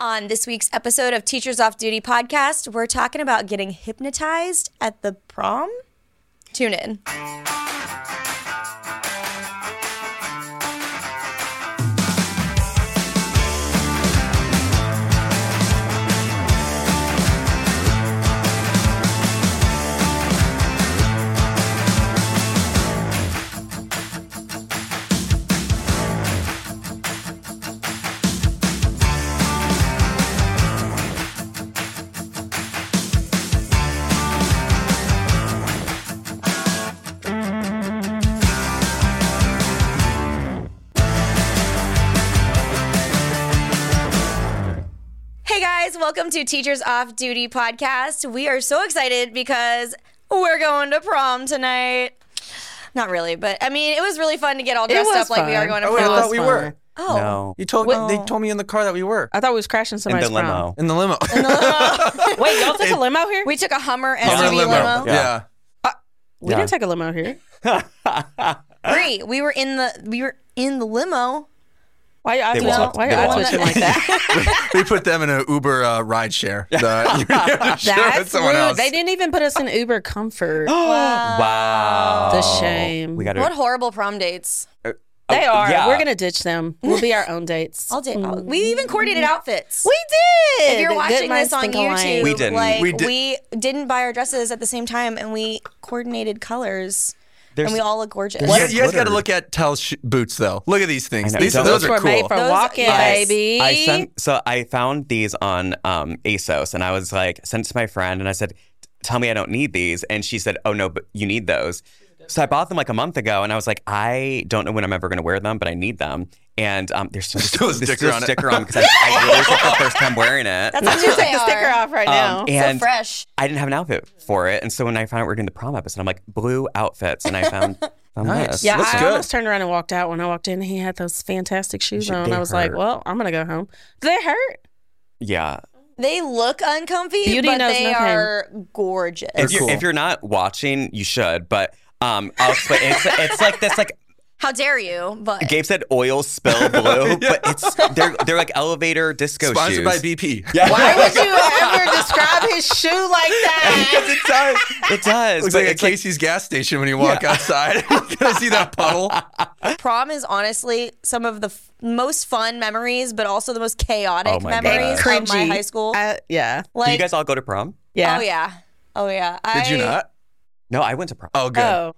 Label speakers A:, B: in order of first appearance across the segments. A: On this week's episode of Teachers Off Duty podcast, we're talking about getting hypnotized at the prom. Tune in. Hey guys, welcome to Teachers Off Duty podcast. We are so excited because we're going to prom tonight. Not really, but I mean, it was really fun to get all dressed up
B: was
A: like we are going
B: fun.
A: to
C: Oh, wait, I
A: prom.
C: thought we were.
A: oh,
D: No.
C: You told
B: Well-
C: they told me in the car that we were
B: I thought we was crashing
D: In
B: somebody's
D: the limo.
C: in the limo.
B: prom. Wait, y'all took a limo here?
A: we took a Hummer SUV
C: Over
D: Hummer
C: the
A: limo.
C: limo.
D: limo.
C: Yeah.
D: Yeah.
B: We
D: Yeah.
B: didn't take a limo here.
A: Bree, we were in the we were in the limo.
B: Why your eyes
D: They
B: twitching?
D: walked.
B: Why your
D: They
B: eyes
D: walked.
B: twitching like that?
C: we put them in an Uber uh, ride share. The, you have to share with
B: That's
C: someone
B: rude.
C: else.
B: They didn't even put us in Uber Comfort.
D: Oh Wow.
B: The shame.
D: We got
A: What
D: to.
A: horrible prom dates.
C: Uh, oh,
B: they are.
D: yeah.
B: We're gonna ditch them. We'll be our own dates.
A: All day. We even coordinated outfits.
B: we did.
A: if you're
B: Good
A: watching
B: minds
A: this on
B: think alike.
A: YouTube,
D: We didn't.
A: like we,
C: We di-
A: didn't buy our dresses at the same time, and we coordinated colors,
D: There's-
A: and we all look gorgeous.
C: You,
D: What?
C: you guys got to
D: Glittered.
C: look at tell sh- boots though. Look at these things.
D: I know,
C: These
D: you don't-
C: those
B: Those
C: are
B: were
C: cool.
B: made for
A: Those-
B: walking,
A: yes.
B: baby.
D: I sent so I found these on um, ASOS and I was like sent it to my friend and I said, "Tell me I don't need these," and she said, "Oh no, but you need those." So I bought them like a month ago and I was like, "I don't know when I'm ever going to wear them, but I need them." And um, there's still,
C: Still a
D: there's
C: sticker
D: still a
C: on it.
D: sticker on because I, I literally took the first time wearing it.
A: That's how
B: I'm gonna
A: cute
B: take
A: they
B: the sticker
A: are.
B: off right now.
D: Um, and
A: so fresh.
D: I didn't have an outfit for it, and so when I found out we were doing the prom episode, I'm like blue outfits, and I found, found
C: Nice.
D: this.
B: Yeah,
C: Looks
B: I
C: good.
B: almost turned around and walked out when I walked in. He had those fantastic shoes
D: should-
B: on.
D: they
B: I was like,
D: hurt.
B: "Well, I'm gonna go home." Do they hurt?
D: yeah.
A: They look uncomfy,
B: Beauty
A: but
B: knows
A: they
B: no pain.
A: are gorgeous.
D: If you're,
C: cool.
D: if you're not watching, you should. But um, I'll explain. it's it's like this like
A: how dare you? But
D: Gabe said oil spill blue, but it's they're they're like elevator disco
C: Sponsored
D: shoes.
C: by BP.
D: Yeah.
B: Why would you ever describe his shoe like that?
D: because it does. It does.
C: Looks
D: but
C: like a
D: it's like-
C: Casey's gas station when you walk outside. Can I see that puddle?
A: prom is honestly some of the f- most fun memories, but also the most chaotic
D: Oh my God.
A: memories of my
B: Cringy.
A: high school.
B: I- yeah,
D: do
A: like,
D: you guys all go to prom?
B: yeah.
A: oh yeah, oh yeah.
C: Did you
A: I
C: not?
D: No, I went to prom.
C: Oh, good.
B: Oh,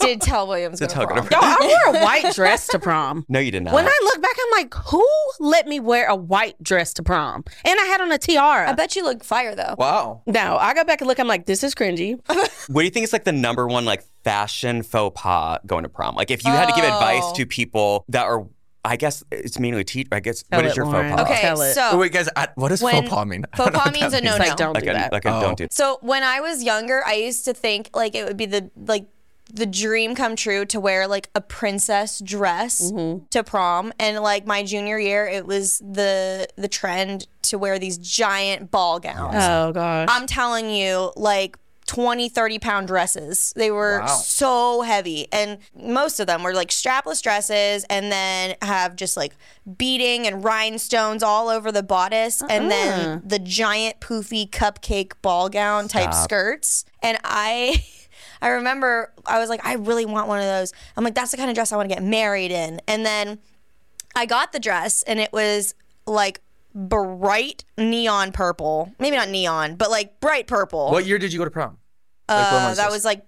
A: Did tell Williams.
D: Did
A: go
D: tell
A: to
D: go to
A: prom.
D: prom.
B: y'all, I wore a white dress to prom.
D: No, you did not.
B: When I look back, I'm like, who let me wear a white dress to prom? And I had on a tiara.
A: I bet you look fire though.
C: Wow.
B: no, I go back and look. I'm like, this is cringy.
D: what do you think is like the number one like fashion faux pas going to prom? Like if you had to give advice
A: Oh.
D: to people that are, I guess it's mainly teach. I guess
B: Tell
D: what
B: it,
D: is your
B: Lauren.
D: faux pas?
A: Okay,
B: Tell it.
A: so
C: Oh, wait, guys, I, what does
A: when
C: faux pas mean? I
A: faux
C: don't know
A: pas
C: what
A: means
C: that
A: a no
B: It's
A: no.
B: like, don't
D: Like
B: do
D: a,
B: that.
D: like a
C: Oh.
D: don't do.
A: So when I was younger, I used to think like it would be the like the dream come true to wear like a princess dress
B: Mm-hmm.
A: to prom and like my junior year it was the the trend to wear these giant ball gowns.
B: oh gosh.
A: I'm telling you like 20 30 pound dresses. They were
C: Wow.
A: so heavy and most of them were like strapless dresses and then have just like beading and rhinestones all over the bodice and then the giant poofy cupcake ball gown type skirts and I I remember I was like I really want one of those. I'm like that's the kind of dress I want to get married in. And then I got the dress and it was like bright neon purple. Maybe not neon, but like bright purple.
C: What year did you go to prom?
A: Uh,
C: Like, when was
A: that
C: this?
A: was like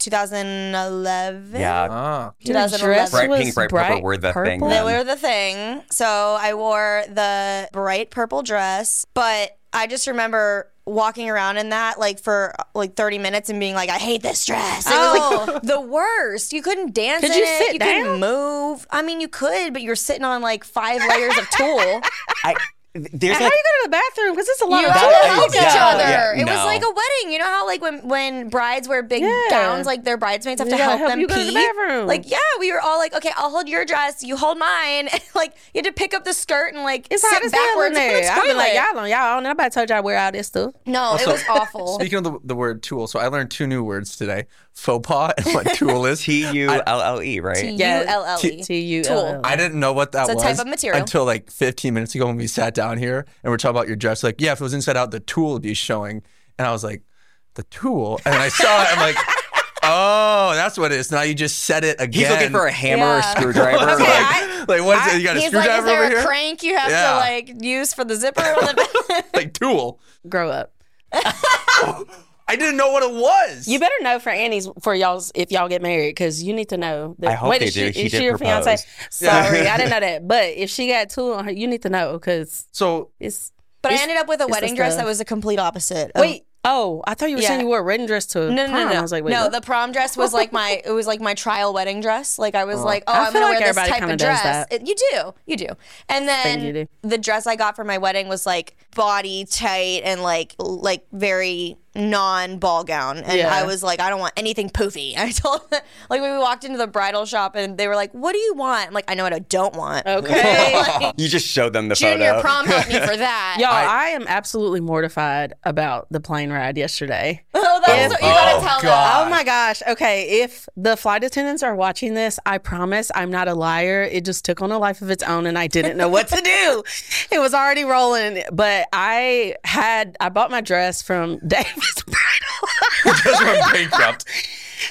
A: 2011.
D: Yeah,
C: Ah.
B: Your
A: 2011.
D: Bright pink,
B: was
D: bright purple were the thing
B: purple.
A: They
D: then.
A: were the thing. So I wore the bright purple dress, but I just remember walking around in that like for like 30 minutes and being like, I hate this dress. It was like the worst. You couldn't dance
B: Oh. Could
A: in
B: you
A: it.
B: sit
A: you
B: down?
A: couldn't move. I mean, you could, but you were sitting on like five layers of tulle.
D: I, there's
B: How
D: like
B: do you go to the bathroom? Because it's a lot
A: You
B: of
A: had
D: That-
A: to
B: clothes.
A: help
D: yeah,
A: each other.
D: yeah,
A: it was
D: no.
A: like a wedding. You know how like when when brides wear big
B: Yeah.
A: gowns, like their bridesmaids have
B: You
A: to
B: gotta
A: help,
B: help
A: them
B: you go to
A: pee.
B: the bathroom.
A: Like yeah, we were all like, okay, I'll hold your dress, you hold mine. like you had to pick up the skirt and like
B: It's
A: sit
B: hot as hell in
A: backwards on the
B: there. I've been like,
A: toilet.
B: y'all on y'all own. Nobody told y'all I wear all this stuff.
A: No, it was awful.
C: Speaking of the, the word tool, so I learned two new words today. faux pas and what tulle is.
D: T U L L E, right?
B: Yeah.
A: T-U-L-L-E.
B: T U
A: Tulle.
B: L E. L.
C: I didn't know what that
A: It's a
C: was
A: type of material.
C: until like 15 minutes ago when we sat down here and we're talking about your dress. Like, yeah, if it was inside out, the tool would be showing. And I was like, the tool. And I saw it. I'm like, oh, that's what it is. Now you just said it again.
D: He's looking for a hammer or
A: Yeah.
D: screwdriver.
A: Okay,
D: like,
A: I-
C: like what is it? You got a
A: He's like,
C: screwdriver
A: is there
C: over
A: a
C: here?
A: crank you have
C: Yeah.
A: to like use for the zipper? on the
C: like tool.
B: Grow up.
C: I didn't know what it was.
B: You better know for Annie's for y'all's if y'all get married because you need to know. That,
D: I hope
B: wait,
D: they
B: is
D: do.
B: She,
D: He
B: is
D: did
B: she your
D: propose.
B: fiance? Sorry, I didn't know that. But if she got two on her, you need to know because
C: so
B: it's.
A: but I
B: It's-
A: ended up with a
B: the
A: wedding dress
B: stuff.
A: that was the complete opposite. of-
B: Wait. Oh, I thought you were saying
A: Yeah.
B: you wore a wedding dress to
A: No,
B: prom.
A: no, no, no.
B: I was like, wait,
A: no,
B: what?
A: the prom dress was like my it was like my trial wedding dress. Like I was like, oh,
B: I
A: I am
B: feel
A: gonna wear
B: like
A: this
B: everybody
A: type
B: kinda
A: of
B: does
A: dress.
B: that.
A: It- you do, you do. And then
B: you do.
A: the dress I got for my wedding was like body tight and like like very non ball gown. And
B: Yeah.
A: I was like, I don't want anything poofy. I told like when we walked into the bridal shop and they were like, what do you want? I'm like, I know what I don't want.
B: Okay.
A: Like,
D: you just showed them the
A: Junior
D: photo.
A: prom helped me for that.
B: Y'all, I, am absolutely mortified about the plane ride yesterday.
A: Oh, that's what you gotta
C: Oh,
A: tell
C: God.
A: them.
B: Oh my gosh. Okay. If the flight attendants are watching this, I promise I'm not a liar. It just took on a life of its own and I didn't know what to do. It was already rolling, but I had, I bought my dress from Davis Bridal.
C: just went bankrupt.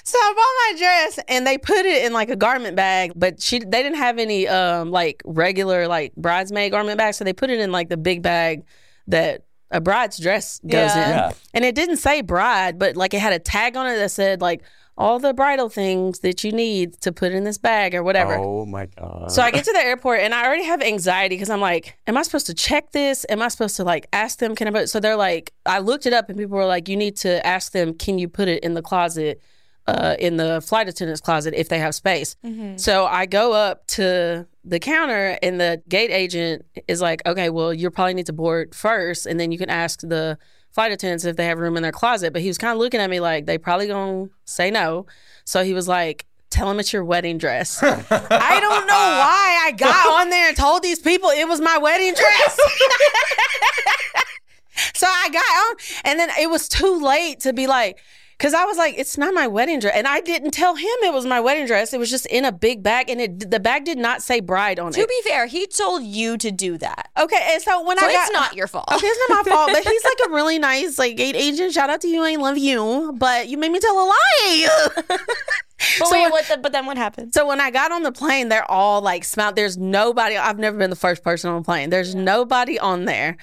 B: so I bought my dress and they put it in like a garment bag, but she, they didn't have any um like regular like bridesmaid garment bags. So they put it in like the big bag that a bride's dress goes
A: Yeah.
B: in.
D: Yeah.
B: And it didn't say bride, but like it had a tag on it that said like all the bridal things that you need to put in this bag or whatever.
D: Oh my god.
B: So I get to the airport and I already have anxiety because I'm like, am I supposed to check this? Am I supposed to like ask them? Can I? Put? So they're like, I looked it up and people were like, you need to ask them, can you put it in the closet, uh, in the flight attendant's closet if they have space. So I go up to the counter and the gate agent is like, okay, well you probably need to board first and then you can ask the flight attendants if they have room in their closet. But he was kind of looking at me like they probably gonna say no. So he was like. Tell him it's your wedding dress. I don't know why I got on there and told these people it was my wedding dress. so I got on, and then it was too late to be like, because I was like, it's not my wedding dress, and I didn't tell him it was my wedding dress. It was just in a big bag, and it the bag did not say bride on
A: To
B: it.
A: be fair, he told you to do that.
B: Okay, and so when
A: So
B: I got,
A: it's not your fault.
B: Okay, it's not my fault, but he's like a really nice like gate agent. Shout out to you, I love you, but you made me tell a lie.
A: But
B: So-
A: wait, what the, but then what happened?
B: So when I got on the plane, they're all like smiled. There's nobody. I've never been the first person on a plane. There's nobody on there.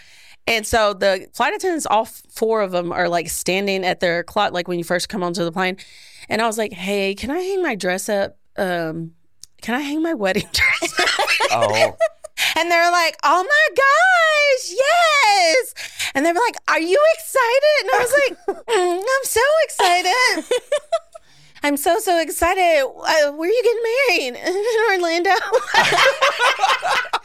B: And so the flight attendants, all f- four of them, are like standing at their clock, like when you first come onto the plane. And I was like, "Hey, can I hang my dress up? Um, can I hang my wedding dress?" up?"
D: oh.
B: and they're like, "Oh my gosh, yes!" And they were like, "Are you excited?" And I was like, "Mm, "I'm so excited." I'm so so excited. Uh, where are you getting married? In Orlando.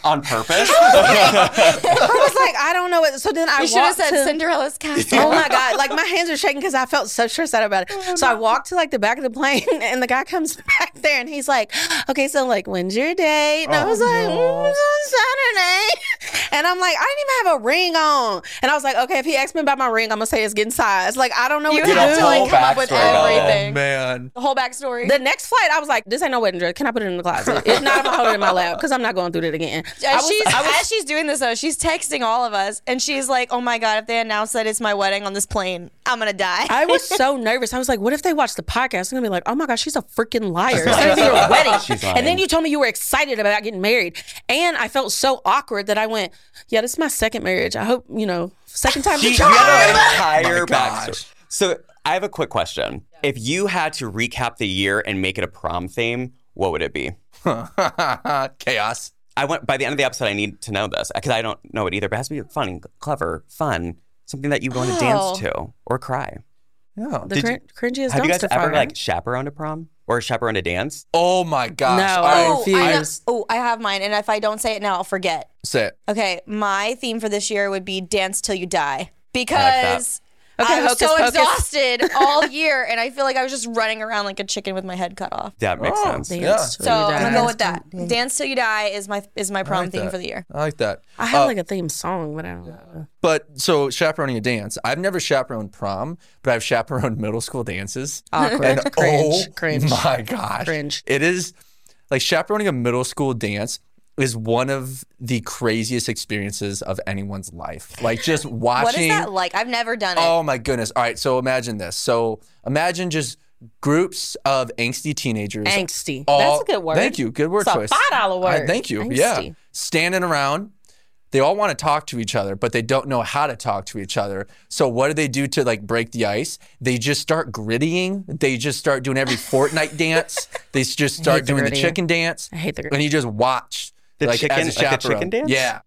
D: On purpose?
B: I was like, I don't know. What, so then I
A: You should have
B: walked
A: said
B: to-
A: Cinderella's castle.
B: Oh my god! Like my hands are shaking because I felt so stressed out about it.
A: Oh,
B: so I walked to like the back of the plane, and the guy comes back there, and he's like, "Okay, so like when's your date?"
A: Oh,
B: And I was like, mm, "It's on Saturday," and I'm like, "I didn't even have a ring on." And I was like, "Okay, if he asks me about my ring, I'm gonna say it's getting sized." Like I don't know
A: You
B: what
A: have
B: to
D: have
B: do.
A: to like
D: whole
A: come up with
D: backstory about that.
A: everything.
C: Man.
A: the whole backstory.
B: the next flight, I was like, "This ain't no wedding dress. Can I put it in the closet? If not, I'm gonna hold it in my lap because I'm not going through it again." I
A: as,
B: was-
A: she's, as she's doing this though, she's texting all of us, and she's like, "Oh my god, if they announce that it's my wedding on this plane, I'm gonna die."
B: I was so nervous. I was like, what if they watch the podcast? They're gonna be like, oh my gosh, she's a freaking liar. It's gonna be your wedding.
D: She's lying.
B: and then you told me you were excited about getting married. And I felt so awkward that I went, yeah, this is my second marriage. I hope, you know, second time.
D: She,
B: the
D: you had an
C: My
D: entire
C: gosh.
D: backstory. So I have a quick question. If you had to recap the year and make it a prom theme, what would it be?
C: Chaos.
D: I want by the end of the episode, I need to know this because I don't know it either. But it has to be funny, clever, fun, something that you want to
A: Oh.
D: dance to or cry.
C: Yeah.
B: the
D: Did
B: crin- cringiest
D: have you guys
B: dumpster
D: ever
B: fire.
D: like chaperoned a prom or chaperoned a dance?
C: Oh my gosh.
B: No,
C: All right,
B: I
A: oh, I know-
B: refuse.
A: oh, I have mine, and if I don't say it now, I'll forget.
C: say it.
A: Okay, my theme for this year would be dance till you die
D: that.
A: because
B: Okay,
A: I was
B: hocus
A: so
B: pocus.
A: exhausted all year, and I feel like I was just running around like a chicken with my head cut off.
D: That makes
C: Oh,
D: sense.
C: Yeah.
B: Dance
A: So
B: till you
A: I'm gonna
B: die.
A: go with that. Dance till you die is my is my prom
C: like
A: theme
C: that.
A: for the year.
C: I like that.
B: I have like a theme song, but I don't know.
C: But so chaperoning a dance, I've never chaperoned prom, but I've chaperoned middle school dances.
B: Awkward.
C: And
B: Cringe,
C: oh
B: cringe,
C: my gosh,
B: cringe.
C: It is like chaperoning a middle school dance is one of the craziest experiences of anyone's life. Like just watching.
A: What is that like? I've never done it.
C: Oh my goodness! All right, so imagine this. So imagine just groups of angsty teenagers.
B: Angsty.
C: all-
B: That's a good word.
C: Oh, Thank you. Good word
B: It's a
C: choice.
B: $5
C: I-
B: word.
C: thank you.
B: Angsty.
C: Yeah. Standing around. They all want to talk to each other, but they don't know how to talk to each other. So what do they do to like break the ice? They just start grittying. They just start doing every Fortnite dance. They s- just start
B: the
C: doing the
B: gritty.
C: chicken dance.
B: I hate the gr-
C: And you just watch
D: The
C: like
D: chicken-
C: as a
D: like the
C: chaperone.
D: chicken dance?
C: Yeah.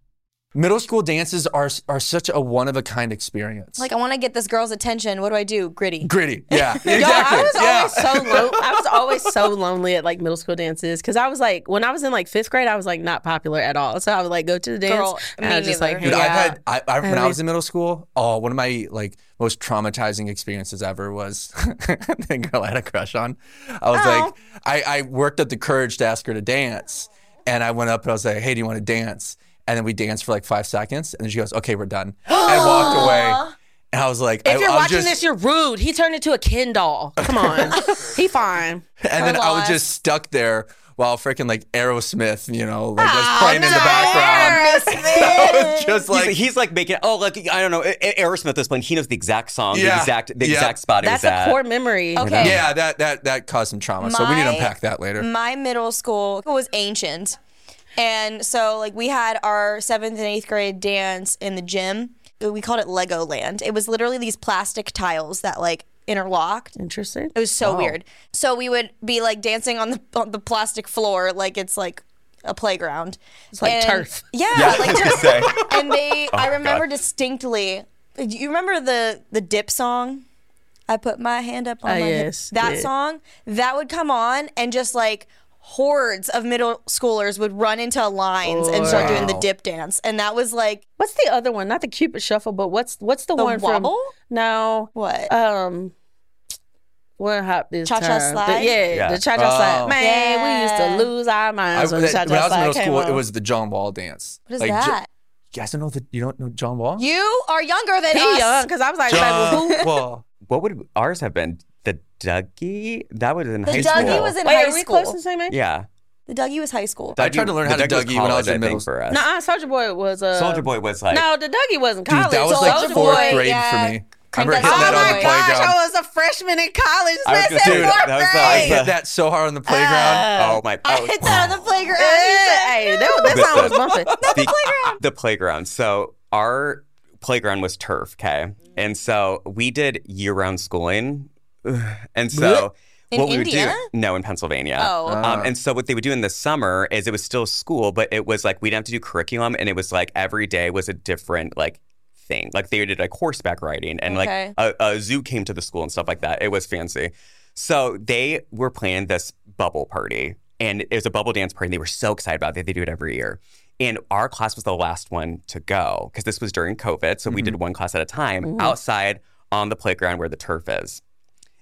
C: Middle school dances are are such a one of a kind experience.
A: Like I want to get this girl's attention. What do I do? Gritty.
C: gritty. Yeah. Exactly.
B: Yo, I was
C: yeah.
B: always so low. I was always so lonely at like middle school dances because I was like, when I was in like fifth grade, I was like not popular at all. So I would like go to the dance
A: Girl,
B: and I
A: me
B: was just
A: neither.
B: like,
C: Dude,
B: hang
C: I've
B: out.
C: had I, I, when I
B: mean-
C: was in middle school. Oh, one of my like most traumatizing experiences ever was the girl I had a crush on. I was
B: Oh.
C: like, I, I worked up the courage to ask her to dance, and I went up and I was like, Hey, do you want to dance? And then we danced for like five seconds, and then she goes, Okay, we're done, and walked away. And I was like, I,
B: If you're
C: I was
B: watching
C: just,
B: this, you're rude. He turned into a Ken doll. Come on, he fine.
C: and then I was
A: loss.
C: just stuck there while freaking like Aerosmith, you know, like was
B: Ah,
C: playing in the background. I was just
D: He's
C: like,
D: like, he's like making oh like I don't know A- A- Aerosmith is playing he knows the exact song
C: Yeah.
D: the exact the
C: Yeah.
D: exact spot it
B: That's
D: was at
B: a core memory.
A: Okay.
C: yeah, that that that caused some trauma. so we need to
A: My-
C: unpack that later.
A: My middle school was ancient. And so, like, we had our seventh and eighth grade dance in the gym. We called it Legoland. It was literally these plastic tiles that, like, interlocked.
B: Interesting.
A: It was so weird. So we would be like dancing on the on the plastic floor, like it's like a playground. It's
B: like turf.
A: Yeah,
D: Yeah, I
A: like
D: was gonna
A: turf.
D: say.
A: And they,
C: Oh,
A: I remember
D: God.
A: distinctly. Do you remember the the dip song? I put my hand up on
B: Ah,
A: my hip.
B: yes,
A: that
B: dip.
A: song that would come on and just like hordes of middle schoolers would run into lines and start doing the
C: Oh, Wow.
A: dip dance and that was like
B: What's the other one? Not the Cupid Shuffle, but what's what's the,
A: The
B: one
A: Wobble?
B: from? No.
A: what
B: Um. What hop this
A: Cha-cha
B: time?
A: slide?
B: The, yeah,
D: Yeah.
B: the cha cha
C: Oh.
B: slide. Man, we
A: Yeah.
B: used to lose our minds
C: I-
B: when the cha
C: that- when I
B: cha
C: was in
B: slide
C: middle
B: came
C: school,
B: on.
C: it was the John Wall dance.
A: what is
C: Like, J-
A: that
C: you guys don't know the you don't know John Wall?
A: you are younger than
B: he
A: us
B: young because I was like, baby, who?
C: John Wall.
D: what would ours have been the Dougie that was in
A: the
D: high
A: Dougie
D: school
A: was in
B: Wait,
A: high
B: are we
A: school
B: close to the same age?
D: yeah
A: the Dougie was high school
C: I tried to learn how
D: the
C: to
D: Dougie
C: Dougie when I was
D: college,
C: in middle
D: think,
C: school.
D: for us
B: Nah, Soldier Boy was uh,
D: Soldier Boy was like
B: No, the Dougie wasn't
C: Dude,
B: college.
C: that was
A: Soulja
C: like
B: Soldier
C: fourth
B: Boy.
C: grade
A: yeah.
C: for me. I
A: Crank
C: remember
A: that
C: hitting
A: Soulja
C: that on
A: Boy.
C: the
B: Oh gosh,
C: playground.
B: I was a freshman in college.
D: I was
B: This
D: gonna
B: is
D: say,
B: fourth
D: that was the-
C: I
B: grade.
D: Yeah.
C: hit that so hard on the playground.
D: oh my
A: I
D: oh,
A: hit that on the playground
B: Yeah, Hey, that, that
D: Listen.
B: song was bumping.
D: the, playground. The playground. So our playground was turf, okay? And so we did year round schooling. And so
A: In
D: what we
A: Indiana?
D: would do no in Pennsylvania.
A: Oh,
C: Uh,
A: okay.
D: Um, and so what they would do in the summer is it was still school, but it was like we'd have to do curriculum and it was like every day was a different like thing. Like they did like horseback riding and
A: Okay.
D: like a, a zoo came to the school and stuff like that. It was fancy. So they were planning this bubble party, and it was a bubble dance party. And they were so excited about it. They do it every year. And our class was the last one to go because this was during COVID. So we did one class at a time outside on the playground where the turf is.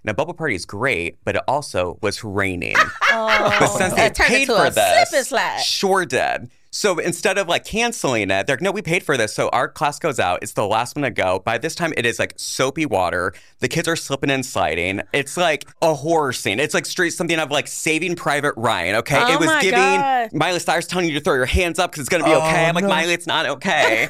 D: Now, bubble party is great, but it also was raining.
A: oh.
D: But since they
B: That turned
D: paid
B: into
D: for
B: a
D: this,
B: slip and slide.
D: sure did. So instead of like canceling it, they're like, no, we paid for this. So our class goes out. It's the last one to go. By this time, it is like soapy water. The kids are slipping and sliding. It's like a horror scene. It's like straight something of like Saving Private Ryan. Okay,
B: Oh
D: it was
B: my
D: giving
B: God.
D: Miley Cyrus telling you to throw your hands up because it's gonna be
C: Oh,
D: okay. I'm like,
C: no.
D: Miley, it's not okay.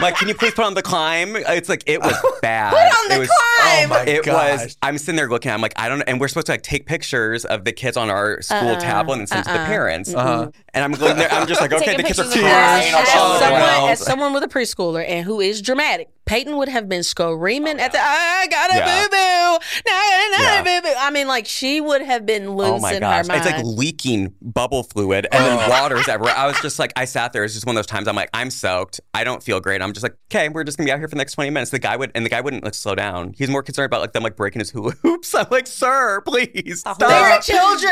D: like, can you please put on the climb? It's like it was bad. Put
B: on the
D: it was,
B: climb!
C: Oh my
D: it
C: gosh.
D: was. I'm sitting there looking. I'm like, I don't. And we're supposed to like take pictures of the kids on our school
B: Uh-uh.
D: tablet and send to the parents. And I'm going there. I'm just like, okay,
A: Taking
D: the kids are
A: pictures of us.
D: crying Oh on
A: Yes.
B: As
D: the ground.
B: someone, as someone with a preschooler and who is dramatic, Peyton would have been screaming at the I got a
D: Yeah.
B: boo boo, no, no,
D: Yeah.
B: boo boo. I mean, like she would have been losing
D: Oh my
B: her
D: gosh!
B: mind. Oh.
D: It's like leaking bubble fluid and then waters everywhere. I was just like, I sat there. It's just one of those times. I'm like, I'm soaked. I don't feel great. I'm just like, okay, we're just gonna be out here for the next 20 minutes. The guy would, and the guy wouldn't like slow down. He's more concerned about like them like breaking his hula hoops. I'm like, sir, please stop.
B: they are children.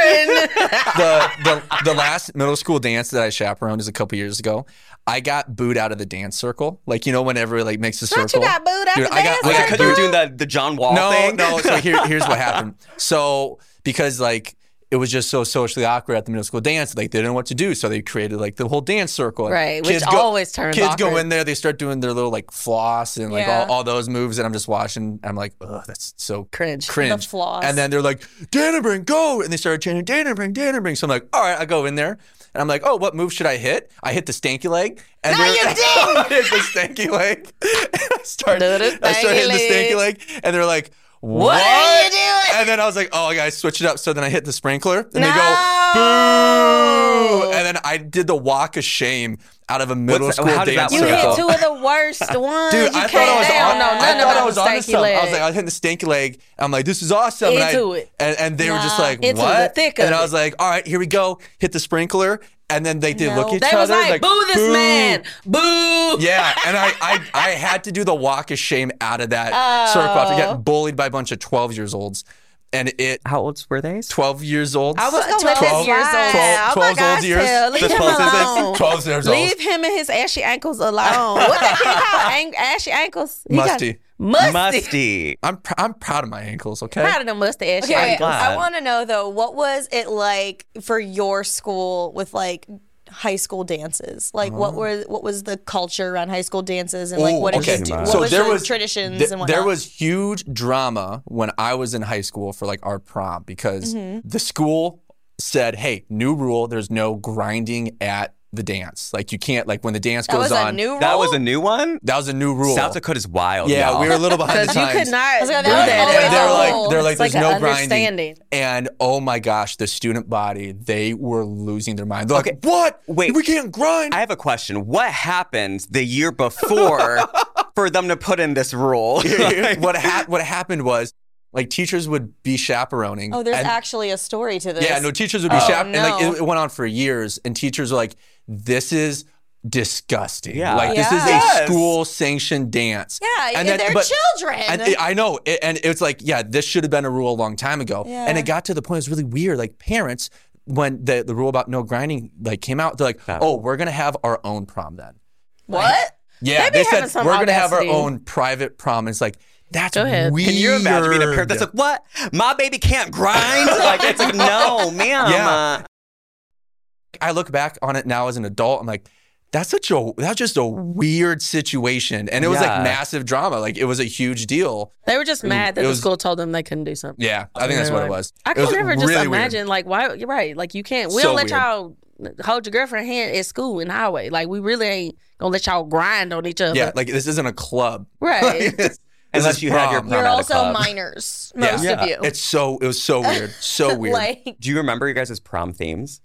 C: the, the the last middle school dance that I chaperoned is a couple years ago. I got booed out of the dance circle. Like you know, whenever it, like makes a circle
A: What you got, booed after
C: Dude, I got-
A: this?
C: I
D: Wait,
C: got-
D: because you were doing the, the John Wall
C: no,
D: thing?
C: no. So here, here's what happened. So because like it was just so socially awkward at the middle school dance, like they didn't know what to do, so they created like the whole dance circle. And
B: Right, which always turns
C: Kids go
B: awkward.
C: in there, they start doing their little like floss and like
A: Yeah.
C: all, all those moves, and I'm just watching. I'm like, ugh, that's so
B: Cringe. The
C: cringe.
A: floss.
C: And then they're like, Dannerbring, go, and they started chanting Dannerbring, Dannerbring. So I'm like, all right, I go in there. And I'm like, oh, what move should I hit? I hit the stanky leg. And
A: No,
C: they're-
A: you didn't.
C: I hit the stanky leg. And I started,
B: Little
C: I started hitting the
B: stanky leg.
C: stanky leg like, and they're like, what?
A: are you doing?
C: And then I was like, oh, guys, switch it up. So then I hit the sprinkler, and they
A: No. Oh.
C: go, boo. And then I did the walk of shame out of a middle
D: What's that-
C: school
D: how does that
C: dance
A: You
D: work?
C: circle.
A: hit two of the worst ones.
C: Dude,
A: you
C: I thought
A: came
C: I was
A: down.
C: on.
B: No, no,
C: I
B: no,
C: thought
B: no,
C: I was
B: the
C: on to
B: stanky
C: something. I was
B: leg.
C: like, I was hitting the stanky leg. I'm like, this is awesome. And,
B: Into
C: I,
B: it.
C: And, and they were just
A: Nah.
C: like,
B: Into the
C: what?
B: thick of
C: and I
B: it.
C: was like, all right, here we go. Hit the sprinkler. And then they did
A: No.
C: look at
B: They
C: each
B: was
C: other
B: like, boo this
C: "Boo."
B: man. Boo.
C: Yeah, and I, I I had to do the walk of shame out of that circle after
A: Oh.
C: getting bullied by a bunch of 12 years olds. And it
D: How old were they?
C: 12 years old.
B: I was gonna let
A: 12
B: this years old.
C: 12,
A: Oh my
C: 12
A: gosh,
C: old years.
B: Phil, leave
C: The
B: him
C: 12 years
B: alone.
C: old. 12 years old.
B: Leave him and his ashy ankles alone. what the hell? Ang- ashy ankles. He got-
C: Musty.
B: musty.
D: Musty.
C: I'm pr- I'm proud of my ankles, okay?
B: Proud of them musty ashy
A: Okay,
B: ankles.
D: glad.
A: I want to know though, what was it like for your school with like high school dances? Like, what were what was the culture around high school dances and like
C: Ooh,
A: what did
C: Oh, okay.
A: you do?
D: So
A: What was the traditions
C: th-
A: and whatnot?
C: There was huge drama when I was in high school for like our prom because
A: Mm-hmm.
C: the school said, "Hey, new rule, there's no grinding at the dance. Like you can't like when the dance
A: that
C: goes
A: was
C: on."
A: a new rule.
D: That was a new one?
C: that was a new rule.
D: South Dakota's wild.
C: yeah,
D: y'all.
C: we were a little behind the
B: Because you
C: times.
B: could not.
A: I was like,
B: do
A: that was
B: that
A: always
B: at
C: and they're
A: a
B: all.
A: rule.
C: like, they're like,
B: It's like
C: there's
B: an
C: no grinding.
B: understanding.
C: And oh my gosh, the student body, they were losing their mind. They're
D: Okay.
C: like, what?
D: Wait.
C: we can't grind.
D: I have a question. What happened the year before for them to put in this rule? Like,
C: what ha- what happened was, like, teachers would be chaperoning.
A: oh, there's
C: and-
A: actually a story to this.
C: Yeah, no, teachers would be
A: Oh,
C: chaperoning. And
A: no.
C: like, it, it went on for years, and teachers were like, this is disgusting.
D: Yeah.
C: Like, this is
D: Yes.
C: a school sanctioned dance.
A: yeah, and
C: that-
A: they're
C: but-
A: children.
C: And it- I know, it, and it's like, yeah, this should have been a rule a long time ago. And it got to the point it was really weird. Like parents, when the the rule about no grinding like came out, they're like, oh, we're gonna have our own prom then.
A: what?
C: Yeah,
B: They be
C: they said
B: having some
C: we're gonna have our
B: audacity.
C: own private prom. It's like that's
B: Go ahead.
C: weird.
D: Can you imagine being a parent that's like, what? My baby can't grind? like, it's like, no, ma'am.
C: Yeah.
D: Uh,
C: I look back on it now as an adult. I'm like, that's such a that's just a weird situation, and it was
D: Yeah.
C: like massive drama. Like it was a huge deal.
B: They were just mad that
C: Mm, It
B: the
C: was-
B: school told them they couldn't do something.
C: Yeah, I think that's what it was.
B: I
C: It was
B: can never just
C: really weird.
B: imagine like why you're right. Like you can't we
C: So
B: don't let
C: weird.
B: y'all hold your girlfriend hand at school in highway. Like we really ain't gonna let y'all grind on each other.
C: Yeah, like this isn't a club.
B: Right.
C: This
D: Unless
C: is
D: you had your
C: prom.
D: prom
A: You're
D: at a
A: also
D: club.
A: minors,
C: Yeah.
A: most
D: Yeah.
A: of you.
C: It's so it was so weird, so weird.
A: like
D: Do you remember your guys' prom themes?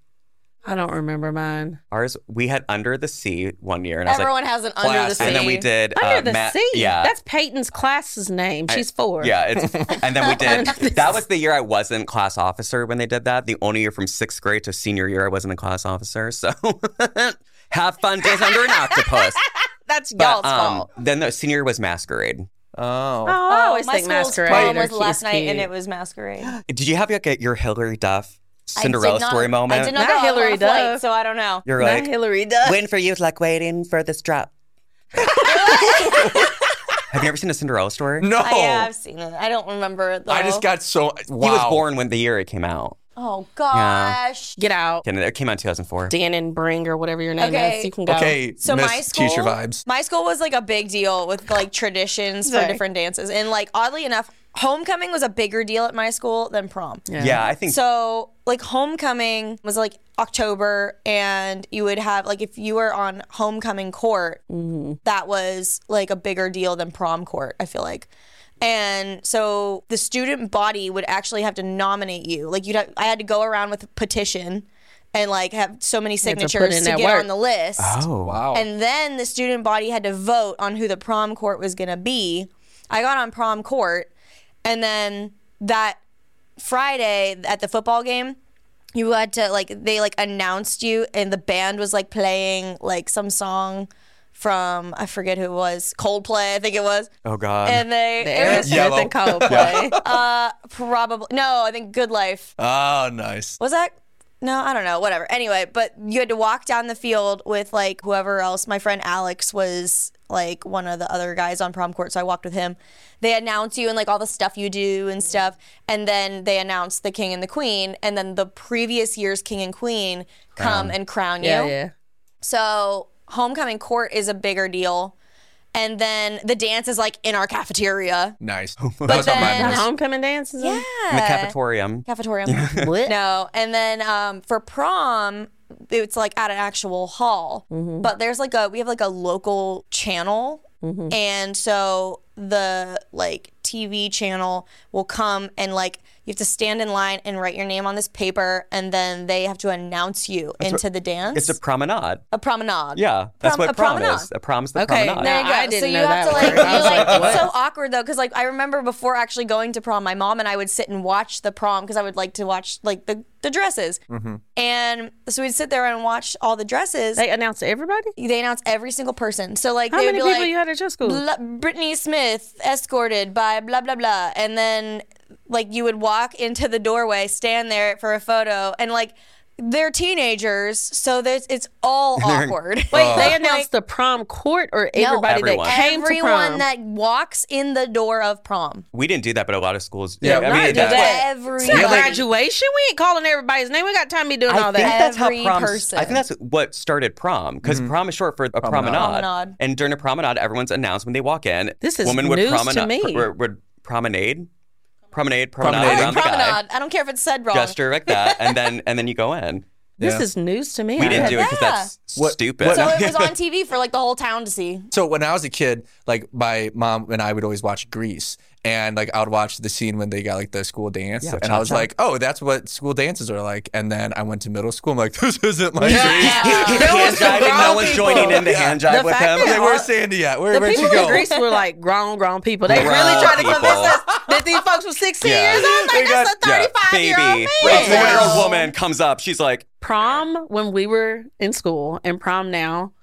B: I don't remember mine.
D: Ours, we had Under the Sea one year, and I was
A: everyone has an under the
C: Class,
A: sea.
D: like, and then we did
B: Under
D: uh,
B: the
D: Matt-
B: sea.
D: Yeah,
B: That's Peyton's class's name. She's four.
D: Yeah, it's, and then we did.
B: Under the
D: that was the year I wasn't class officer when they did that. The only year from sixth grade to senior year I wasn't a class officer. So have fun days under an octopus.
B: That's y'all's
D: But um,
B: fault.
D: then the senior was masquerade.
B: Oh,
C: Oh,
B: I always
A: my
B: think
A: school's
B: masquerade.
A: prom
B: or
A: was last
B: kiss
A: night, and
B: kid.
A: it was masquerade.
D: Did you have like a, your Hillary Duff
A: I
D: Cinderella
A: did not-
D: story moment?
A: I did
B: Not
A: not, know
B: Hillary
A: Hillary
B: Duff.
A: Duff, so I don't know.
D: You're
B: Not
D: like
B: Hillary Duff.
D: win for you is like waiting for this drop. have you ever seen a Cinderella story?
C: no!
A: I have seen it. I don't remember it though.
C: Oh. I just got so wow.
D: He was born when the year it came out.
A: Oh gosh.
B: Get out.
D: And it came out in 2004.
B: Dan and Bring or whatever your name
A: Okay.
B: is. You can go.
C: Okay,
A: So
C: Miss
A: my school,
C: teacher vibes.
A: my school was like a big deal with like traditions for
B: Sorry.
A: different dances, and like oddly enough, homecoming was a bigger deal at my school than prom.
D: Yeah, I think
A: So like homecoming was like October, and you would have like if you were on homecoming court,
B: Mm-hmm.
A: that was like a bigger deal than prom court. I feel like. And so the student body would actually have to nominate you. Like you'd, have, I had to go around with a petition, and like have so many
B: had to put
A: signatures
B: in
A: to,
B: that
A: get
B: work.
A: on the list.
D: Oh,
C: Wow.
A: And then the student body had to vote on who the prom court was going to be. I got on prom court. And then that Friday at the football game, you had to like they like announced you and the band was like playing like some song from I forget who it was, Coldplay, I think it was.
D: Oh God.
A: And they
B: The
A: it was
C: Yeah.
B: Aerosmith
C: Yellow.
B: and Coldplay.
A: uh probably no, I think Good Life
C: oh, nice.
A: was that no i don't know whatever anyway but you had to walk down the field with like whoever else my friend alex was like one of the other guys on prom court, so I walked with him. They announce you and like all the stuff you do and stuff, and then they announce the king and the queen, and then the previous year's king and queen come and crown you.
B: Yeah, yeah.
A: So homecoming court is a bigger deal, and then the dance is like in our cafeteria.
C: Nice. that was not my
A: then-
C: voice.
B: Homecoming dances.
A: Yeah,
D: in the cafetorium.
A: cafetorium. No, and then um, for prom, it's like at an actual hall,
D: Mm-hmm.
A: but there's like a we have like a local channel,
D: Mm-hmm.
A: and so the like TV channel will come and like you have to stand in line and write your name on this paper, and then they have to announce you into the dance.
D: It's a promenade.
A: A promenade.
D: Yeah, that's
A: Prom-
D: what
A: a
D: prom
A: promenade.
D: is. A prom's the
B: Okay,
D: promenade.
B: now-
A: There you go.
B: I didn't
A: so you
B: know
A: have to
B: that
A: like,
B: word. I
A: you
B: was
A: like,
B: like,
A: it's so
B: what?
A: awkward though, because like I remember before actually going to prom, my mom and I would sit and watch the prom because I would like to watch like the the dresses,
B: Mm-hmm.
A: and so we'd sit there and watch all the dresses. They,
B: They announce to everybody.
A: announce every single person. So like
B: How
A: they
B: many
A: would be
B: people
A: like,
B: you had at your school?
A: "Bla- Brittany Smith escorted by blah blah blah, and then like you would walk into the doorway, stand there for a photo, and like. They're teenagers, so there's, it's all awkward.
B: Wait, they announced the prom court or everybody
D: Oh. Everyone.
B: that came
A: everyone
B: to prom?
A: that walks in the door of prom.
D: we didn't do that, but a lot of schools.
C: Yeah,
D: I
C: we
D: mean,
C: did
D: that's
C: that.
D: what-
A: Everyone.
B: It's not
D: like-
B: graduation. We ain't calling everybody's name. We got time to be doing all
D: I think
B: that.
D: that's how
A: Every
D: prom.
A: person.
D: I think that's what started prom because prom is short for a Mm-hmm. promenade.
A: Promenade.
D: And during a promenade, everyone's announced when they walk in.
B: This is
D: woman would
B: news to
D: promenade.
B: me.
D: would- would promenade, promenade, promenade
C: Promenading.
D: around the guy,
A: promenade. I don't care if it's said wrong.
D: gesture like that, and then and then you go in.
B: This
C: Yeah.
B: is news to me.
D: We
B: I
D: didn't
B: had
D: do it because
A: Yeah.
D: that's
C: What-
D: stupid.
C: what-
A: So it was on TV for like the whole town to see.
C: So when I was a kid, like my mom and I would always watch Grease, and like I would watch the scene when they got like the school dance, and I was like, oh, that's what school dances are like. And then I went to middle school, I'm like, this isn't my Grease.
D: hand
B: was some
D: jiving, no
B: grown
D: one's
B: people.
D: joining in the hand jive
B: The
D: with
B: fact
D: him.
B: that
C: Like, where's Sandy at? Where,
B: The
C: where'd
B: people
C: you go?
B: in Greece were like grown, grown people. They really
D: Grown
B: tried to
D: people.
B: convince us that these folks were 16
D: Yeah.
B: years old.
A: Like,
C: They
A: that's a
C: got- yeah,
A: 35 year old
D: baby,
A: man.
D: Right, so when
A: Yeah.
D: a woman comes up, she's like,
B: Prom, when we were in school, and prom now,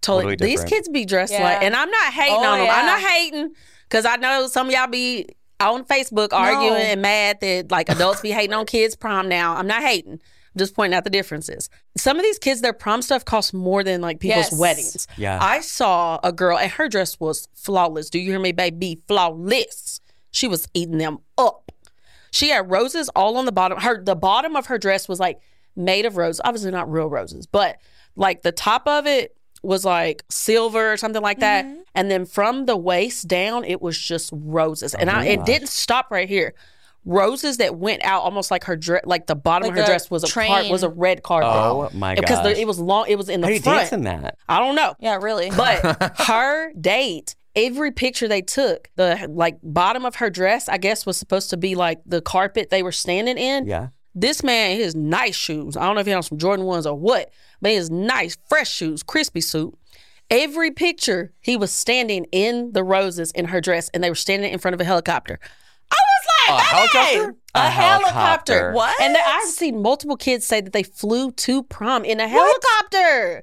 B: told
D: Totally
B: these
D: different.
B: kids be dressed
A: Yeah.
B: like, and I'm not hating
A: Oh,
B: on them.
A: yeah.
B: I'm not hating because I know some of y'all be on Facebook arguing and mad that like adults be hating on kids prom now. I'm not hating. I'm just pointing out the differences. Some of these kids, their prom stuff costs more than like people's
A: Yes.
B: weddings.
D: Yeah.
B: I saw a girl and her dress was flawless. Do you hear me, baby? Flawless. She was eating them up. She had roses all on the bottom. Her the bottom of her dress was like made of roses. Obviously not real roses, but like the top of it was like silver or something like that.
A: Mm-hmm.
B: And then from the waist down, it was just roses.
D: Oh
B: And I, it didn't stop right here. Roses that went out almost like her dress, like the bottom
A: Like
B: of her
A: a
B: dress was a part,
A: train.
B: was a red carpet.
D: Oh, my
B: Because
D: gosh.
B: the, it was long, it was in the
D: "How do you
B: front.
D: dance in that?"
B: I don't know.
A: Yeah, really.
B: But her date, every picture they took, the like bottom of her dress, I guess, was supposed to be like the carpet they were standing in.
D: Yeah.
B: This man, his nice shoes. I don't know if he on some Jordan ones or what, but his nice, fresh shoes, crispy suit. Every picture, he was standing in the roses in her dress, and they were standing in front of a helicopter. I was like,
D: A
B: "Baby!"
D: helicopter?
B: A,
D: A
B: helicopter.
D: helicopter.
A: What?
B: And there- I've seen multiple kids say that they flew to prom in a helicopter.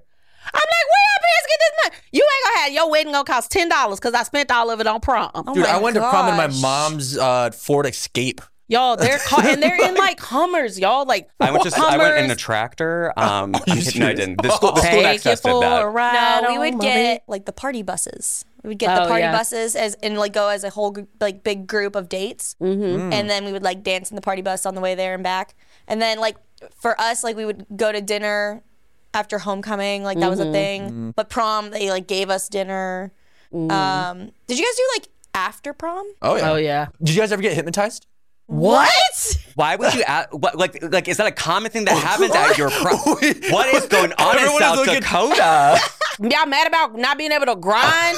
B: I'm like, where your parents get this money? You ain't gonna have your wedding gonna cost ten dollars because I spent all of it on prom.
C: Dude,
A: Oh my
C: I went to prom in my
A: gosh.
C: mom's uh, Ford Escape.
B: Y'all, they're ca- and they're in like Hummers, y'all. Like
D: I went to I
B: Hummers.
D: went in a tractor. Um, I'm
C: you
D: kidding, no, I
C: serious?
D: didn't. The school, the school
B: Take
D: next
B: you
D: us did
B: for a
D: that.
B: ride.
A: no, we
B: on
A: would
B: my
A: get
B: bed.
A: like the party buses. We would get the
B: Oh,
A: party
B: yeah.
A: buses as and like go as a whole gr- like big group of dates, mm-hmm. and then we would like dance in the party bus on the way there and back. And then like for us, like we would go to dinner after homecoming, like that was
B: Mm-hmm.
A: a thing. But prom, they like gave us dinner.
B: Mm.
A: Um, did you guys do like after prom?
C: Oh yeah.
B: Oh yeah.
C: Did you guys ever get hypnotized?
A: What?
D: Why would you? At, what, like, like, is that a common thing that happens at your prom? what is going on in
C: Everyone is
D: South
C: looking-
D: Dakota?
B: Y'all mad about not being able to grind?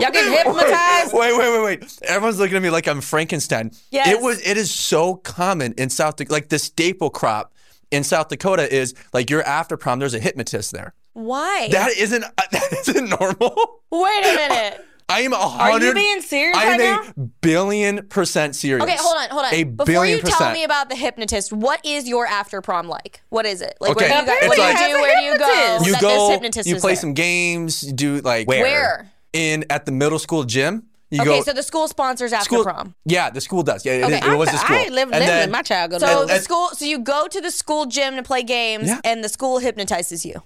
B: y'all getting hypnotized?
C: Wait, wait, wait, wait. Everyone's looking at me like I'm Frankenstein.
A: Yes.
C: It was it is so common in South Dakota like the staple crop in South Dakota is like you're after prom, there's a hypnotist there.
A: Why?
C: That isn't uh, that isn't normal.
A: Wait a minute.
C: I am a hundred.
B: being serious
C: I am
B: right
C: a billion percent serious.
A: Okay, hold on, hold on.
C: A
A: Before
C: billion
A: you
C: percent.
A: tell me about the hypnotist, what is your after prom like? What is it? Like,
C: Okay,
A: where do you,
C: it's
A: go, what
C: like-
A: do, you do? Where do you go?
B: You
C: you
A: that
C: go,
A: this hypnotist
C: you
A: is
C: play
A: there?
C: some games, you do like
D: Where?
A: Where?
C: in at the middle school gym. You
A: Okay,
C: go
A: so the school sponsors after
C: school,
A: prom.
C: Yeah, the school does. Yeah, it,
A: Okay.
C: is- it was the school.
B: I ain't living
C: And
B: living
C: then-
B: my child go to
A: So
B: so,
A: the school, so you go to the school gym to play games,
C: Yeah.
A: and the school hypnotizes you.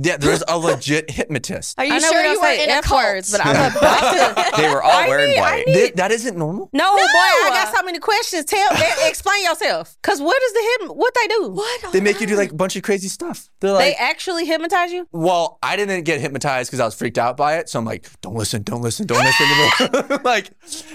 C: Yeah, there's a legit hypnotist.
A: Are you
B: I know
A: sure
B: we don't
A: you weren't
B: say
A: in a
B: F
A: cult?
B: words, but I'm about to.
D: They were all wearing
B: need- I
D: white.
C: Thi- that isn't normal.
B: No, boy, I got so many questions. Tell, explain yourself. Cause what is the hip? What they do?
A: eh, What on
C: They make you do like a bunch of crazy stuff. They're like,
B: they actually hypnotize you?
C: well, I didn't get hypnotized because I was freaked out by it. So I'm like, don't listen, don't listen, don't listen to this. like,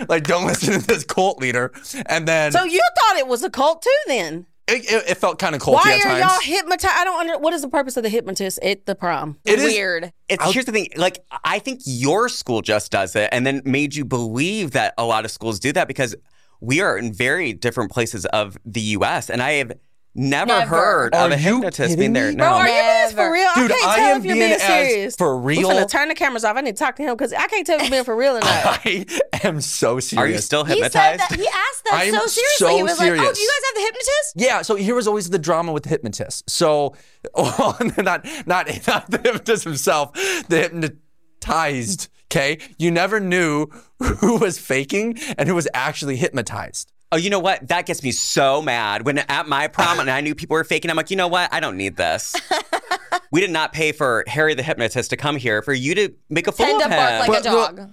C: like don't listen to this cult leader. And then
B: So you thought it was a cult too? Then
C: it, it, it felt kind of culty
B: why
C: at
B: are
C: times.
B: y'all hypnotized? I don't under. What is the purpose of the hypnotist at the prom?
C: It is-
A: weird?
D: It's, here's the thing. Like, I think your school just does it and then made you believe that a lot of schools do that because we are in very different places of the U.S. And I have never,
A: Never.
D: heard
C: Are
D: of a
C: you
D: hypnotist
C: kidding
D: being there.
C: me?
D: No.
B: Bro, are you being
A: Never.
B: for real?
C: Dude,
B: I can't
C: I
B: tell
C: am
B: if you're
C: being
B: being,
C: as
B: serious.
C: for
B: I'm
C: real-
B: gonna turn the cameras off. I need to talk to him because I can't tell if you're being for real or not.
C: I am so serious.
D: Are you still
A: He said
D: hypnotized?
A: that he asked that
C: I'm
A: so seriously.
C: so
A: he was like, "Oh,
C: serious.
A: do you guys have the hypnotist?"
C: Yeah, so here was always the drama with the hypnotist. So, well, not not not the hypnotist himself, the hypnotized. Okay, you never knew who was faking and who was actually hypnotized.
D: Oh, you know what? That gets me so mad. When at my prom and I knew people were faking, I'm like, you know what? I don't need this. we did not pay for Harry the hypnotist to come here for you to make a fool
A: End up
D: of him.
A: bark like
C: But
A: a
C: look-
A: dog.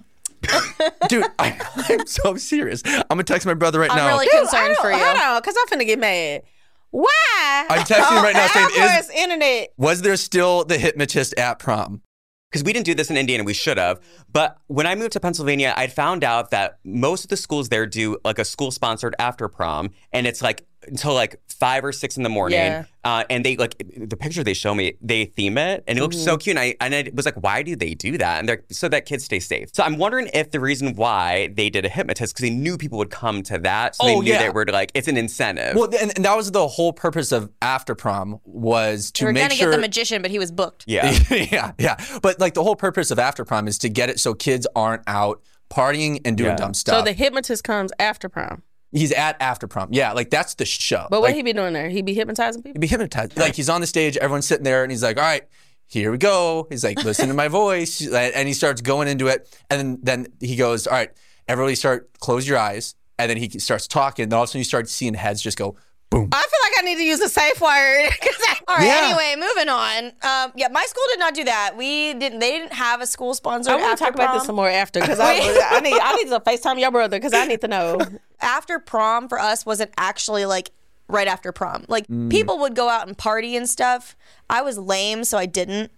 C: Dude, I, I'm so serious. I'm gonna text my brother right
A: I'm
C: now.
A: really
B: Dude,
A: concerned
B: I
A: for
B: don't-
A: you.
B: Hold on, because I'm finna get mad. Why?
C: I'm texting
B: on
C: right now saying, is-
B: Alvarez internet.
C: was there still the hypnotist at prom?
D: because we didn't do this in Indiana, we should have. But when I moved to Pennsylvania, I found out that most of the schools there do like a school sponsored after prom, and it's like until like five or six in the morning.
B: Yeah.
D: Uh, and they like the picture they show me, they theme it, and it looks
C: Mm-hmm.
D: so cute. And I and I was like, why do they do that? And they're so that kids stay safe. So I'm wondering if the reason why they did a hypnotist because they knew people would come to that, so they
C: Oh,
D: knew
C: yeah.
D: they were like it's an incentive.
C: Well, and, and that was the whole purpose of after prom was to
A: We were
C: make
A: gonna
C: sure
A: get the magician, but he was booked.
D: yeah.
C: yeah, yeah. But like the whole purpose of after prom is to get it so kids aren't out partying and doing
D: Yeah.
C: dumb stuff.
B: So the hypnotist comes after prom.
C: He's at after prom. Yeah, like that's the show.
B: But what
C: like,
B: he be doing there? He be hypnotizing people?
C: he'd be hypnotized. Like he's on the stage, everyone's sitting there, and he's like, "All right, here we go." He's like, "Listen to my voice," and he starts going into it, and then, then he goes, "All right, everybody, start close your eyes," and then he starts talking, and all of a sudden you start seeing heads just go boom.
B: I feel like I need to use a safe word. 'cause I-
A: All right.
C: Yeah.
A: Anyway, moving on. Um, yeah, my school did not do that. We didn't. They didn't have a school sponsored
B: I want
A: after
B: to talk about
A: prom.
B: this some more after because I, I need I need to FaceTime your brother because I need to know.
A: after prom for us wasn't actually like right after prom. Like
D: Mm.
A: people would go out and party and stuff. I was lame, so I didn't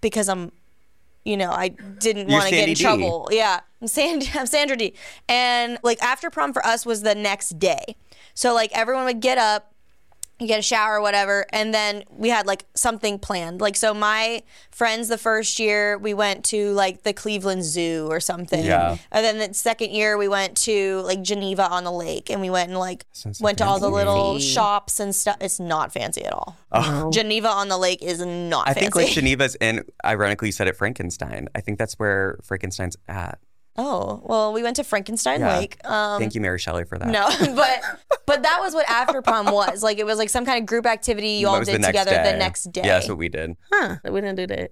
A: because I'm, you know, I didn't
D: You're
A: want to get in
D: Sandy D.
A: trouble. Yeah, I'm Sandy. I'm Sandra D. And like after prom for us was the next day. So like everyone would get up, you get a shower or whatever and then we had like something planned like so my friends the first year we went to like the cleveland zoo or something
D: Yeah.
A: and then the second year we went to like geneva on the lake and we went and like
D: Sounds so
A: went to all the
D: fancy.
A: little shops and stuff it's not fancy at all geneva on the lake is not
D: Oh. I
A: fancy
D: think like Geneva's in. Ironically, you said it Frankenstein. I think that's where Frankenstein's at.
A: oh well we went to frankenstein
D: Yeah.
A: lake um
D: Thank you, Mary Shelley, for that.
A: No, but but that was what after prom was. Like it was like some kind of group activity you all
D: That was
A: did together the next day.
D: Yeah, that's what we did.
B: Huh? We didn't do that.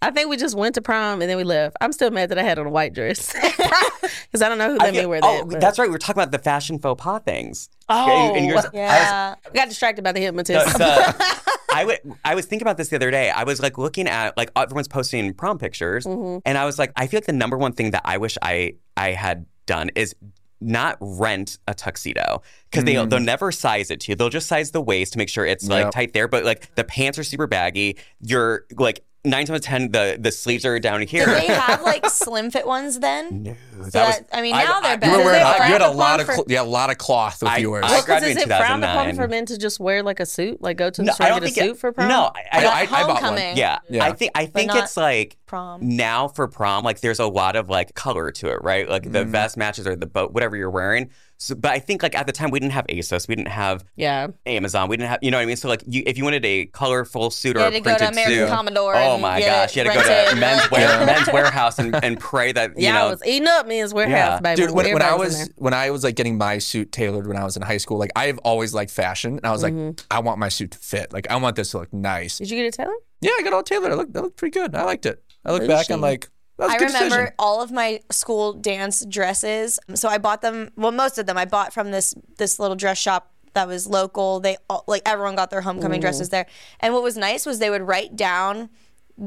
B: I think we just went to prom and then we left. I'm still mad that I had on a white dress because I don't know who let me wear that.
D: oh,
B: but-
D: that's right. We were talking about the fashion faux pas things.
B: Oh,
D: And- and yours-
A: yeah.
B: I got distracted by the
D: the-
B: hypnotist.
D: the- I would. I was thinking about this the other day. I was like looking at like everyone's posting prom pictures,
A: Mm-hmm.
D: and I was like, I feel like the number one thing that I wish I I had done is not rent a tuxedo because they they'll never size it to you. They'll just size the waist to make sure it's like
C: Yep.
D: tight there, but like the pants are super baggy. You're like. Nine times out of ten, the, the sleeves are down here.
A: Did they have like slim fit ones then? No. So
D: that was-
A: that- I mean, now they're
C: You
A: better.
C: were wearing
A: Did they
C: a, you had a
A: grab the
C: lot of
A: plum
C: cl- yeah, a lot of cloth with
D: I-
C: yours.
D: I
B: Well, 'cause
D: graduated
B: is it
D: in
B: frowned
D: 2009.
B: upon for men to just wear like a suit, like go to the
D: No,
B: store
D: I
B: and
D: don't
B: get a
D: think
B: suit
D: it,
B: for prom?
D: No, I, I,
A: Like
D: I,
C: I bought one.
A: homecoming.
D: yeah.
C: Yeah.
D: I think I think
A: not
D: it's like
A: prom.
D: now for prom, like there's a lot of like color to it, right? Like the vest matches or the boat, whatever you're wearing. So, but I think like at the time we didn't have ASOS, we didn't have
B: Yeah.
D: Amazon, we didn't have you know what I mean. So like you, if you wanted a colorful suit
A: You
D: or a
A: had to go to
D: printed
A: American
D: suit,
A: Commodore
D: oh
A: and
D: my
A: get it
D: gosh, you had to go to
A: rented.
D: men's, wear, men's warehouse and, and pray that you
B: Y'all
D: know
B: was eating up men's warehouse,
D: Yeah.
B: baby.
C: Dude, when, when I
B: Everybody in
C: was
B: there.
C: when I was like getting my suit tailored when I was in high school, like I've always liked fashion, and I was like, I want my suit to fit. Like I want this to look nice.
B: Did you get a tailor?
C: Yeah, I got all tailored. I looked, that looked pretty good. I liked it. I look back, I'm like, that was a
A: I
C: good
A: remember
C: decision.
A: all of my school dance dresses. So I bought them. Well, most of them I bought from this this little dress shop that was local. They all, like everyone got their homecoming dresses there. And what was nice was they would write down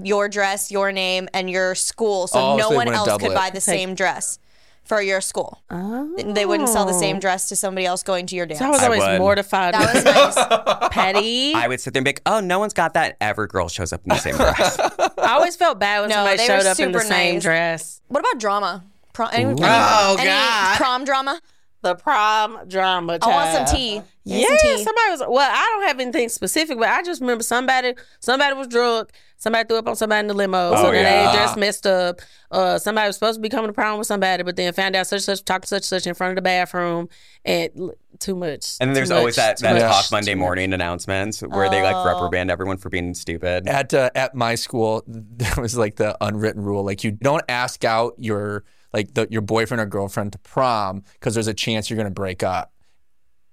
A: your dress, your name, and your school, so
C: Oh,
A: no
C: so they
A: one
C: wouldn't
A: else
C: double
A: could
C: it.
A: buy the same dress for your school.
C: Oh.
A: They wouldn't sell the same dress to somebody else going to your dance.
B: I was
D: I
B: always
D: would.
B: mortified.
A: that was
B: with
A: nice.
B: petty.
D: I
B: I,
D: would sit there and be like, oh, no one's got that. Every girl shows up in the same dress.
B: always felt bad when
A: No,
B: somebody
A: they were
B: showed up in the
A: super
B: same
A: nice.
B: dress.
A: what about drama? Prom, anyone-
B: Oh,
A: any
B: God.
A: prom drama?
B: The prom drama.
A: I want Oh, some
B: child.
A: tea. I need
B: Yeah,
A: some tea.
B: somebody was. Well, I don't have anything specific, but I just remember somebody. Somebody was drunk. Somebody threw up on somebody in the limo. so
D: Oh,
B: then
D: yeah.
B: they just messed up. Uh, somebody was supposed to be coming to prom with somebody, but then found out such such talked to such such in front of the bathroom and l- too much.
D: And then
B: too
D: there's always
B: much,
D: that,
B: too
D: that
B: much,
D: talk
B: too
D: Monday
B: much.
D: morning announcements where they like reprimand everyone for being stupid.
C: at uh, at my school there was like the unwritten rule like you don't ask out your like the, your boyfriend or girlfriend to prom because there's a chance you're going to break up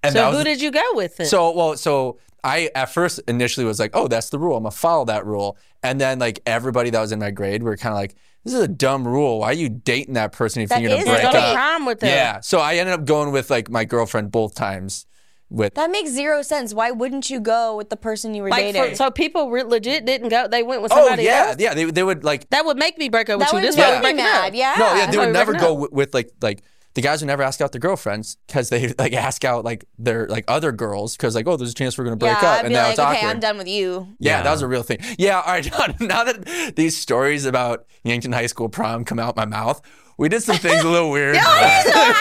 C: and
B: So
C: that
B: who
C: was
B: did you go with? Then?
C: so well so i at first initially was like oh that's the rule i'm gonna follow that rule and then like everybody that was in my grade were kind of like this is a dumb rule why are you dating that person if
A: That
C: you're gonna
A: is
B: You
C: break
B: go to
C: up
B: prom with them.
C: yeah so i ended up going with like my girlfriend both times with
A: That makes zero sense. Why wouldn't you go with the person you were
B: Like
A: dating?
B: for, so people re- legit didn't go. They went with
C: oh
B: somebody
C: yeah
B: else.
C: yeah they, they would like
B: That would make me break up with
A: that
B: you.
A: would
B: This
A: make
B: why
A: me
B: we break
A: mad.
B: up.
A: Yeah.
C: No, yeah, they
B: why
C: would
B: we
C: never
B: break it
C: go with, with like like the guys would never ask out their girlfriends because they like ask out like their like other girls because like oh there's a chance we're gonna break
A: yeah, I'd
C: up and
A: be
C: now
A: like,
C: it's
A: okay,
C: awkward.
A: I'm done with you.
C: Yeah, that was a real thing. Yeah, all right. Now, now that these stories about Yankton High School prom come out my mouth, we did some things a little weird.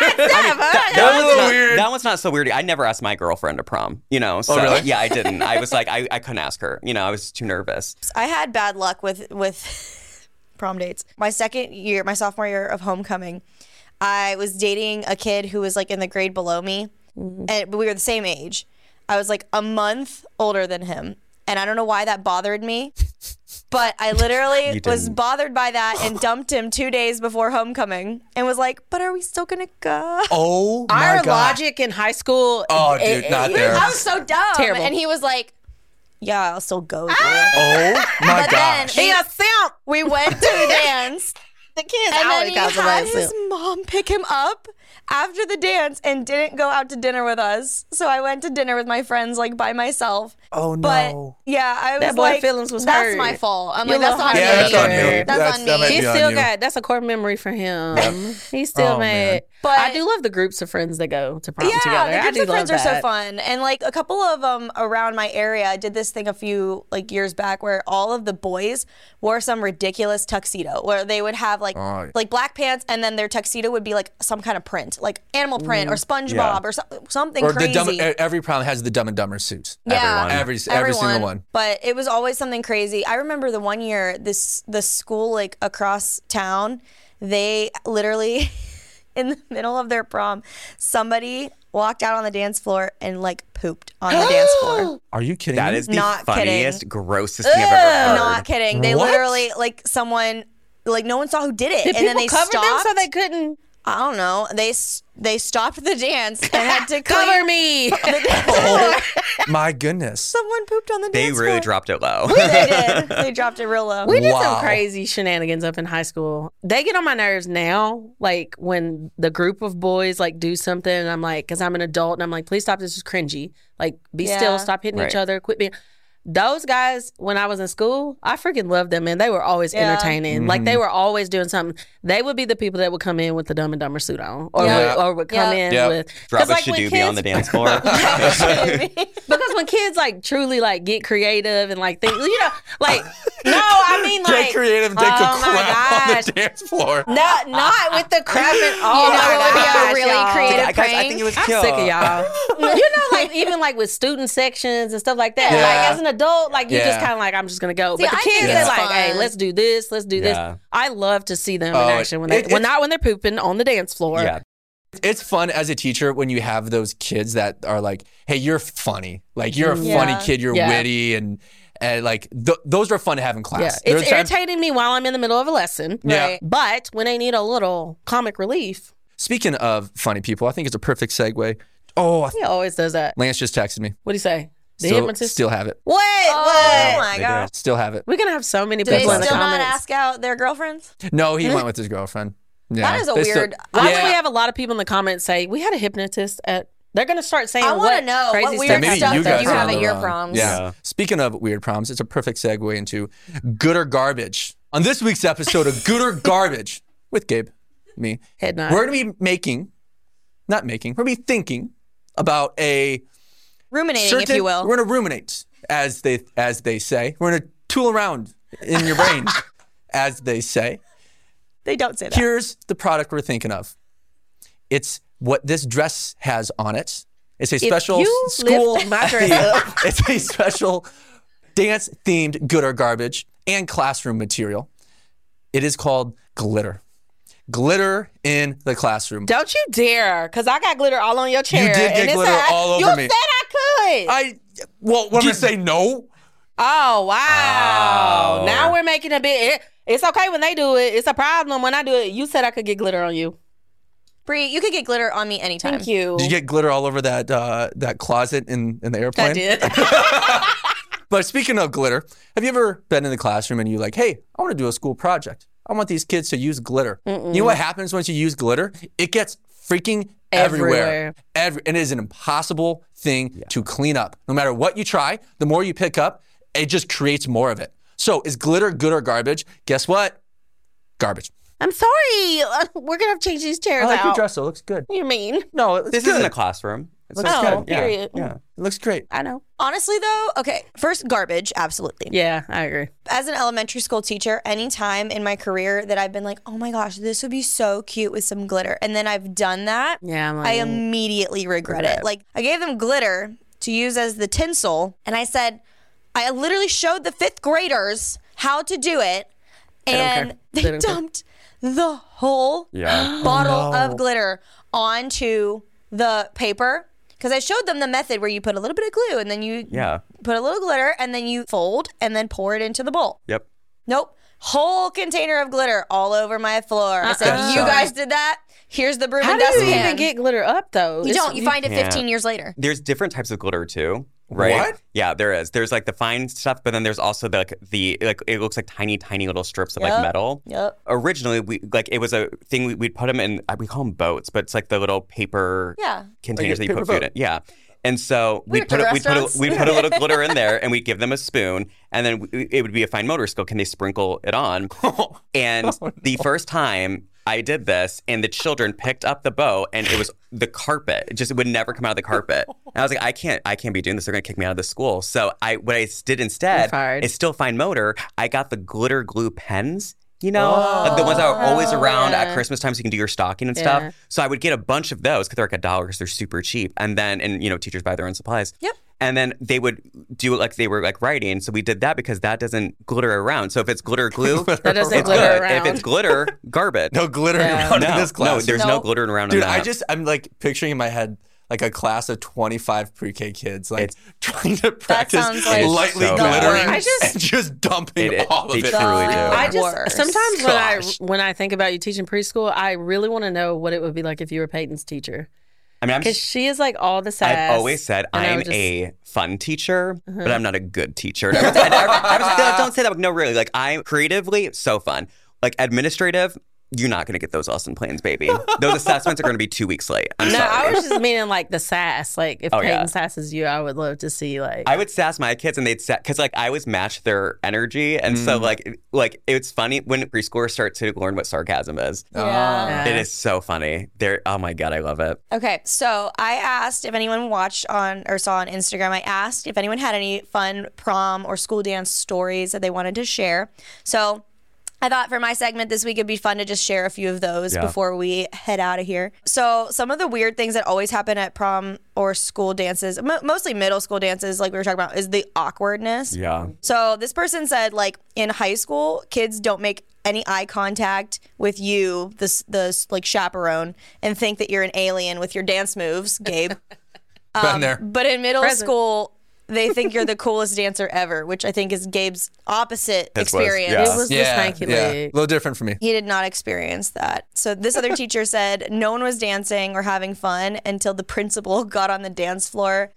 D: That
C: was a
D: one's
C: little
D: not-
C: weird.
D: That one's not so weird. Oh, I never asked my girlfriend to prom, you know. So
C: really?
D: yeah, I didn't. I was like, I, I couldn't ask her. You know, I was too nervous.
A: I had bad luck with with prom dates. My second year, my sophomore year of homecoming, I was dating a kid who was like in the grade below me,
D: Mm-hmm.
A: and but we were the same age. I was like a month older than him, and I don't know why that bothered me, but I literally
D: You
A: was
D: didn't.
A: bothered by that and dumped him two days before homecoming, and was like, "But are we still gonna go?"
C: oh my
B: Our
C: god!
B: logic in high school.
C: Oh,
B: it-
C: dude, not
B: it-
C: there.
A: I was so dumb,
B: Terrible.
A: and he was like, "Yeah, I'll still go." with
D: Ah!
A: you."
C: Oh my
A: But then
C: gosh!
A: he a simp. We went to the dance.
B: The kids
A: And then
B: always
A: he
B: got
A: had
B: somebody
A: his
B: else.
A: mom pick him up after the dance and didn't go out to dinner with us. So I went to dinner with my friends like by myself.
C: oh
A: But
C: no!
A: yeah, I was
B: That boy
A: like,
B: feelings was
A: that's
B: hurt.
A: my fault. I'm
B: Your
A: like, that's
B: little
A: on
B: heart
A: me.
C: yeah, that's on
B: Yeah.
C: you.
A: That's on
C: that
A: me.
C: might
B: He
C: be on
B: still
C: you.
B: got that's a core memory for him. He's still
C: Oh, man.
B: mad.
A: But-
B: I do love the groups of friends that go to prom
A: yeah,
B: together.
A: the
B: I
A: groups
B: do
A: of friends
B: love
A: are
B: that.
A: so fun, and like a couple of them around my area did this thing a few like years back where all of the boys wore some ridiculous tuxedo, where they would have like
C: Oh.
A: like black pants, and then their tuxedo would be like some kind of print, like animal print or SpongeBob or so, something
C: Or
A: crazy.
C: the dumb, e- every prom has the Dumb and Dumber suits.
A: yeah,
C: Every every single one.
A: But it was always something crazy. I remember the one year this the school like across town, they literally in the middle of their prom, somebody walked out on the dance floor and like pooped on the dance floor.
C: Are you kidding?
D: That
C: me?
D: is the
A: Not kidding.
D: funniest, grossest thing I've ever heard.
A: Not kidding. They
C: What?
A: literally like someone like no one saw who did it,
B: Did
A: and then
B: people
A: they
B: cover
A: stopped.
B: them so they couldn't
A: I don't know. They s- they stopped the dance and had to
B: cover
A: clean
B: me?
A: the dance floor.
C: my goodness.
A: Someone pooped on the
D: They
A: dance
D: really
A: floor.
D: dropped it low.
A: They did. They dropped it real low.
B: We did some
C: Wow.
B: crazy shenanigans up in high school. They get on my nerves now, like when the group of boys like do something, and I'm like, because I'm an adult, and I'm like, please stop. This is cringy. Like, be
A: Yeah.
B: still. Stop hitting each
D: Right.
B: other. Quit being. Those guys, when I was in school, I freaking loved them, and they were always
A: Yeah.
B: entertaining. Like
D: Mm-hmm.
B: they were always doing something. They would be the people that would come in with the Dumb and Dumber suit on, or
A: Yeah.
B: would, or would come
A: Yeah.
B: in
C: Yeah.
B: with
D: Drop a
B: like,
D: should
B: when
D: do be on the
B: kids-
D: dance floor.
B: because when kids like truly like get creative and like think, you know, like no, I mean like
C: Get creative and take
B: oh
C: a
B: my
C: crap on
B: gosh.
C: the dance floor.
B: Not not with the crap and all.
A: You know
B: my
A: what would be a
B: gosh,
A: really
B: y'all.
A: creative-
D: I, guys, I think it was
B: I'm
D: cute.
B: sick of y'all. you know, like even like with student sections and stuff like that.
C: Yeah.
B: Like as an adult, like you just
C: Yeah.
B: kind of like I'm just gonna go.
A: See,
B: but the
A: I think
B: kids
A: it's
B: are like,
A: fun.
B: hey, let's do this, let's do
D: Yeah.
B: this. I love to see them
C: Oh,
B: in action when they,
C: it-
B: well,
C: it-
B: not when they're pooping on the dance floor.
D: Yeah.
C: it's fun as a teacher when you have those kids that are like, "Hey, you're funny. Like you're a
A: Yeah.
C: funny kid. You're
B: Yeah.
C: witty, and and like th- those are fun to have in
B: Yeah,
C: class.
B: it's
C: There's times-
B: irritating me while I'm in the middle of a lesson.
C: Yeah.
A: Right.
B: But when they need a little comic relief,
C: Speaking of funny people, I think it's a perfect segue. Oh, I th-
B: he always does that.
C: Lance just texted me.
B: What do you say? The
C: Still,
B: hypnotist.
C: still have it.
B: what?
A: Oh
B: what?
A: my
D: They
A: god.
D: did.
C: Still have it.
B: We're gonna have so many
A: Do they
B: people in
A: still
B: the
A: not
B: comments.
A: ask out their girlfriends?
C: No, he went with his girlfriend. Yeah,
A: That is a
C: They still-
A: weird-
B: Why do
C: Yeah.
B: we have a lot of people in the comments say we had a hypnotist at They're gonna start saying
A: I
B: want to
A: know
B: crazy
A: what
B: stuff
A: weird
C: maybe
A: stuff
C: you
B: happened.
A: that
C: guys
A: you
C: are on
A: have
C: the
A: at your
C: run.
A: proms.
C: Yeah.
D: Yeah.
C: Speaking of weird proms, it's a perfect segue into good or garbage. On this week's episode of Good or Garbage with Gabe, me,
B: Head nod.
C: we're gonna be making, not making, we're gonna be thinking about a
A: Ruminating,
C: certain.
A: if you will.
C: We're gonna ruminate, as they as they say. We're gonna tool around in your brain, as they say.
A: they don't say that.
C: Here's the product we're thinking of. It's what this dress has on it. It's a special
B: you
C: s- school.
B: lift my dress
C: theme.
B: up.
C: It's a special dance themed good or garbage and classroom material. It is called glitter. Glitter in the classroom.
B: Don't you dare, because I got glitter all on your chair.
C: did get
B: and it's
C: glitter
B: a-
C: all
B: you
C: over me. Oh.
B: said I could.
C: I well, what did you say no?
B: oh wow!
D: Oh.
B: Now we're making a bit. It, it's okay when they do it. It's a problem when I do it. You said I could get glitter on you.
A: Bree, you could get glitter on me anytime.
B: Thank you.
C: Did you get glitter all over that uh, that closet in, in the airplane?
B: I did.
C: But speaking of glitter, have you ever been in the classroom and you're like, hey, I want to do a school project. I want these kids to use glitter. You know what happens once you use glitter? It gets freaking everywhere.
B: Everywhere.
C: Every, and it is an impossible thing to clean up. No matter what you try, the more you pick up, it just creates more of it. So is glitter good or garbage? Guess what? Garbage.
B: I'm sorry. We're gonna have to change these chairs
C: I like your
B: out.
C: dress though. It looks good.
B: you mean?
C: No, it looks
D: This
C: good.
D: isn't a classroom. It's
C: Looks
D: not-
C: good.
B: Oh,
D: Yeah,
B: period.
D: Yeah.
C: It looks great.
B: I know.
A: Honestly, though, okay, first, garbage, absolutely.
B: Yeah, I agree.
A: As an elementary school teacher, any time in my career that I've been like, oh my gosh, this would be so cute with some glitter, and then I've done that,
B: Yeah, I'm like,
A: I immediately regret it. Like, I gave them glitter to use as the tinsel, and I said, I literally showed the fifth graders how to do it, and
B: care.
A: they,
B: They don't care. Oh,
A: dumped the whole
D: Yeah.
A: bottle of glitter onto the paper. Because I showed them the method where you put a little bit of glue and then you
D: Yeah.
A: put a little glitter and then you fold and then pour it into the bowl.
D: Yep.
A: Nope. Whole container of glitter all over my floor. I said,
C: Uh-uh.
A: You guys did that. Here's the broom
B: How
A: and
B: do you
A: dustpan.
B: even get glitter up though?
A: you
B: It's-
A: don't. You find it
D: Yeah.
A: 15 years later.
D: There's different types of glitter too, right?
C: What?
D: Yeah, there is. There's like the fine stuff, but then there's also the like the like it looks like tiny, tiny little strips of
A: Yep.
D: like metal.
A: Yep.
D: Originally, we like it was a thing we, we'd put them in. uh, We call them boats, but it's like the little paper
A: Yeah.
D: containers
C: Like a
D: that you put
C: paper
D: food
C: boat.
D: in. Yeah. And so
A: We
D: we
A: went
D: put
A: to
D: a, we put a,
A: restaurants.
D: we put a little glitter in there, and we'd give them a spoon, and then we, it would be a fine motor skill. Can they sprinkle it on?
B: Oh,
D: And the first time I did this, and the children picked up the bow, and it was the carpet. It just would never come out
B: Oh,
D: of the carpet. And I was like, I can't, I can't be doing this. They're gonna kick me out of the school. So I, what I s- did
B: You're
D: instead
B: fired.
D: is still fine motor. I got the glitter glue pens. You know, like the ones that are always around
B: Oh. yeah.
D: at Christmas time, so you can do your stocking and
B: Yeah.
D: stuff. So I would get a bunch of those because they're like a dollar because they're super cheap. And then, and you know, teachers buy their own supplies.
A: Yep.
D: And then they would do it like they were like writing. So we did that because that doesn't glitter around. So if it's glitter glue,
B: That doesn't
D: it's
B: glitter
D: good.
B: around.
D: If it's glitter, garbage.
C: No glitter
B: Yeah.
C: around in
D: no,
C: this classroom.
D: no, there's no,
A: No.
D: glittering around.
C: Dude,
D: in that.
C: I just I'm like picturing in my head like a class of 25 pre-K kids like trying to practice
A: sounds like
C: lightly
D: so bad.
C: glittering
B: I just-
C: and just dumping
D: It- it-
C: all
D: they
C: of it.
D: truly do.
C: everywhere.
B: I just
A: Worse.
B: sometimes when I
C: Gosh.
B: when I think about you teaching preschool, I really want to know what it would be like if you were Peyton's teacher
D: I mean, I'm
B: because she is like all the sass.
D: I've always said
B: and I
D: I'm
B: would just- Mm-hmm.
D: a fun teacher, but I'm not a good teacher. And everyone's- and everyone- I was- I don't say that. Like, no, really. Like I'm creatively so fun. Like administrative, you're not going to get those lesson plans, baby. Those assessments are going to be two weeks late. I'm
B: No,
D: sorry.
B: I was just meaning like the sass. Like if
D: Oh,
B: Peyton
D: yeah.
B: sasses you, I would love to see like
D: I would sass my kids, and they'd sass because like I always match their energy, and
C: Mm.
D: so like it- like it's funny when preschoolers start to learn what sarcasm is.
B: Yeah.
D: It is so funny. They're oh my god, I love it.
A: Okay, so I asked if anyone watched on or saw on Instagram. I asked if anyone had any fun prom or school dance stories that they wanted to share. So I thought for my segment this week it'd be fun to just share a few of those
D: Yeah.
A: before we head out of here. So some of the weird things that always happen at prom or school dances, mo mostly middle school dances, like we were talking about, is the awkwardness.
D: Yeah.
A: So this person said, like in high school, kids don't make any eye contact with you, this the like chaperone, and think that you're an alien with your dance moves, Gabe. um,
C: Been there.
A: But in middle
B: Present.
A: school, they think you're the coolest dancer ever, which I think is Gabe's opposite
D: This was-
A: experience.
D: yeah.
B: it was the
C: Yeah,
B: stanky
C: yeah. A
B: leg.
C: little different for me.
A: He did not experience that. So this other teacher said no one was dancing or having fun until the principal got on the dance floor.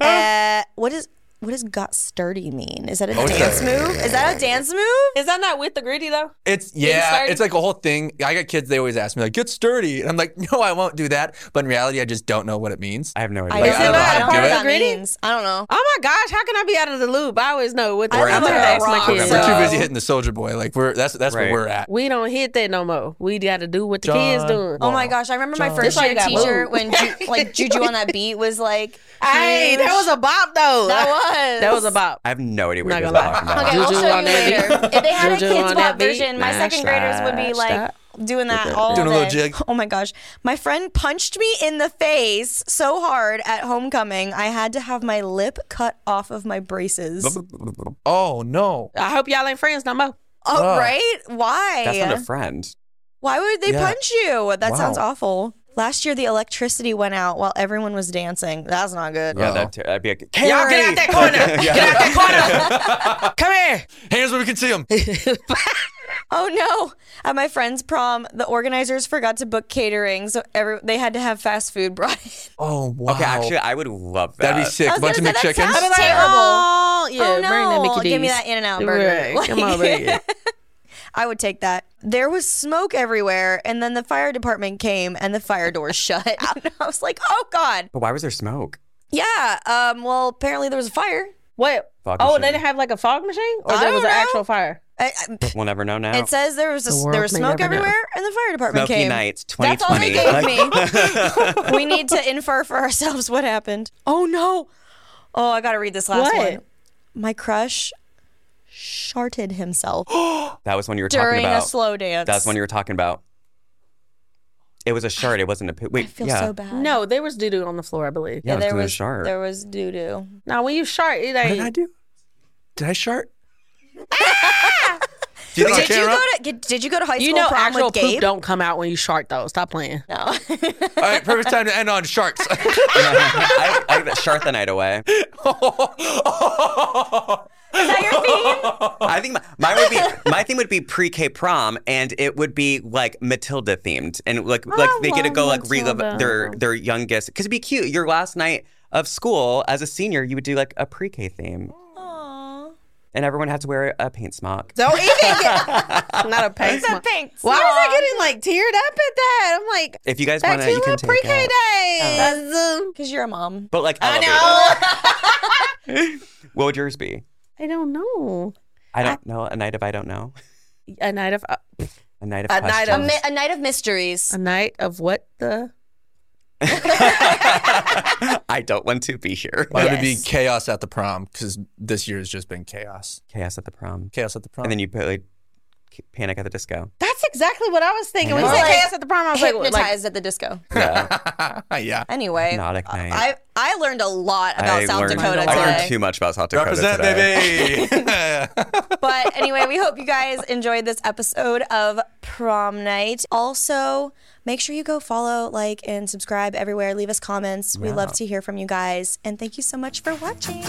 A: uh, what is what does got sturdy mean? Is that a
C: Okay.
A: dance move? Is that a dance move?
B: Is that not with the gritty though?
C: It's yeah,
B: sturdy?
C: it's like a whole thing. I got kids; they always ask me like, "Get sturdy," and I'm like, "No, I won't do that." But in reality, I just don't know what it means.
D: I have no
A: I don't,
D: idea.
C: Like,
A: know,
C: I don't
A: I
C: know
A: don't
C: how to
A: know
C: do
A: what
C: it.
A: that
B: Gritty?
A: means. I don't know.
B: Oh my gosh, how can I be out of the loop? I always know what the
A: We're
B: I'm gonna
A: out of
B: ask
A: the
B: my
A: rock.
B: kids.
C: We're too
A: So-
C: busy hitting the soldier boy. Like we're that's that's
D: Right.
C: where we're at.
B: We don't hit that no more. We gotta do what the kids
C: John.
B: doing.
A: Oh my gosh! I remember my
B: This
A: first
B: why
A: year
B: you got
A: teacher
B: moved.
A: when Ju- like Juju on that beat was like,
B: Hey, that was a bop though.
A: that was
B: That was a bop.
D: I have no idea what
B: Not
D: you're
B: gonna lie.
D: talking about.
A: Okay, I'll
B: Juju
A: show you
B: on that
A: later.
B: beat.
A: If they had
B: Juju
A: a kids pop
B: on that beat.
A: version, my
D: Nah,
A: second graders would be
D: stop,
A: like
D: stop.
A: doing that all
C: Doing a little
A: day.
C: jig.
A: Oh my gosh, my friend punched me in the face so hard at homecoming, I had to have my lip cut off of my braces.
C: Oh no!
B: I hope y'all ain't friends no more.
A: Oh,
C: Ugh.
A: right?
D: That's not
A: Why?
D: a friend.
A: Why would they
C: Yeah.
A: punch you? That
C: Wow.
A: sounds awful. Last year, the electricity went out while everyone was dancing. That's not good.
D: Yeah,
C: Oh.
D: that'd, that'd be like,
B: Y'all get out that corner. Get out that corner. Come here.
C: Hands where we can see them.
A: Oh no! At my friend's prom, the organizers forgot to book catering, so every they had to have fast food brought in.
C: Oh wow!
D: Okay, actually, I would love that.
C: that'd be sick.
A: I
C: A
A: was
C: bunch of
A: gonna say, that
C: McChickens.
A: sounds
B: Like,
A: Terrible.
B: oh, yeah,
A: Oh,
B: bring that
A: no.
B: Mickey D's.
A: Give me that In-N-Out burger.
B: Right. Come
A: Like-
B: on, bring it.
A: I would take that. There was smoke everywhere, and then the fire department came and the fire doors shut. And I was like, oh God.
D: But why was there smoke?
A: Yeah. Um, well, apparently there was a fire.
B: What?
D: Fog
B: oh,
D: machine.
B: they didn't have like a fog machine, or
A: I
B: there was
A: don't
B: an
A: know.
B: actual fire.
A: I, I-
D: We'll never know now.
A: it says there was a,
B: world
A: there was
B: may
A: smoke
B: never know.
A: everywhere, and the fire department
D: Smoky
A: came.
D: Nights
A: That's all they
D: 2020.
A: gave
D: Like,
A: me. we need to infer for ourselves what happened. Oh no. Oh, I gotta read this last
B: What?
A: one. My crush sharted himself
D: that was when you were talking
A: during a
D: about.
A: slow dance.
D: That's when you were talking about. It was a shard. It wasn't a poo. Wait,
A: I feel
D: yeah.
A: so bad.
B: No, there was doo doo on the floor, I believe.
D: Yeah, it was
A: there
D: because of the
A: was
D: shard.
A: there was doo doo.
B: Now, when you shart, it
C: What did I
B: ain't.
C: do? Did I shart? Do you think I
A: Did you
C: can't
A: go
C: run?
A: to did, did you go to high school
B: You know,
A: prom
B: actual
A: with
B: poop
A: Gabe?
B: don't come out when you shart though. Stop playing.
A: No.
C: All right, perfect time to end on sharks.
D: I, I got shard the night away. I think my, mine would be my theme would be pre-K prom, and it would be like Matilda themed, and like like they get to
B: Oh, love
D: go like relive
B: Matilda.
D: their their youngest because it'd be cute. Your last night of school as a senior, you would do like a pre-K theme, and everyone had to wear a paint smock.
B: Don't even get not a paint. smock.
A: Thanks.
B: Why was I getting like teared up at that? I'm like,
D: If you guys
B: back to
D: want to, you
B: your
D: can
B: pre
D: take
B: K
D: it.
B: days.
A: Because you're a mom.
D: But like, I know. what would yours be?
B: I don't know.
D: I don't know. A night of I don't know.
B: A night of
D: A night
B: A night of
D: of
A: A,
D: questions.
A: mi- a night of mysteries.
B: a night of what the
D: I don't want to be here.
C: Mine would be
A: Yes.
C: chaos at the prom because this year has just been chaos.
D: Chaos at the prom,
C: Chaos at the prom.
D: and then you put like Panic at the Disco.
B: That's exactly what I was thinking. When you
A: know.
B: said
A: Like,
B: chaos at the prom, I was like,
A: Hypnotized
B: what, like
A: at the disco.
C: yeah.
A: Anyway,
D: Hypnotic night.
A: I I learned a lot about
D: I
A: South
D: learned,
A: Dakota
D: I
A: today.
D: learned too much about South Dakota
C: Represent,
D: today.
C: baby.
A: But anyway, we hope you guys enjoyed this episode of Prom Night. Also, make sure you go follow, like, and subscribe everywhere. Leave us comments. We love to hear from you guys. And thank you so much for watching.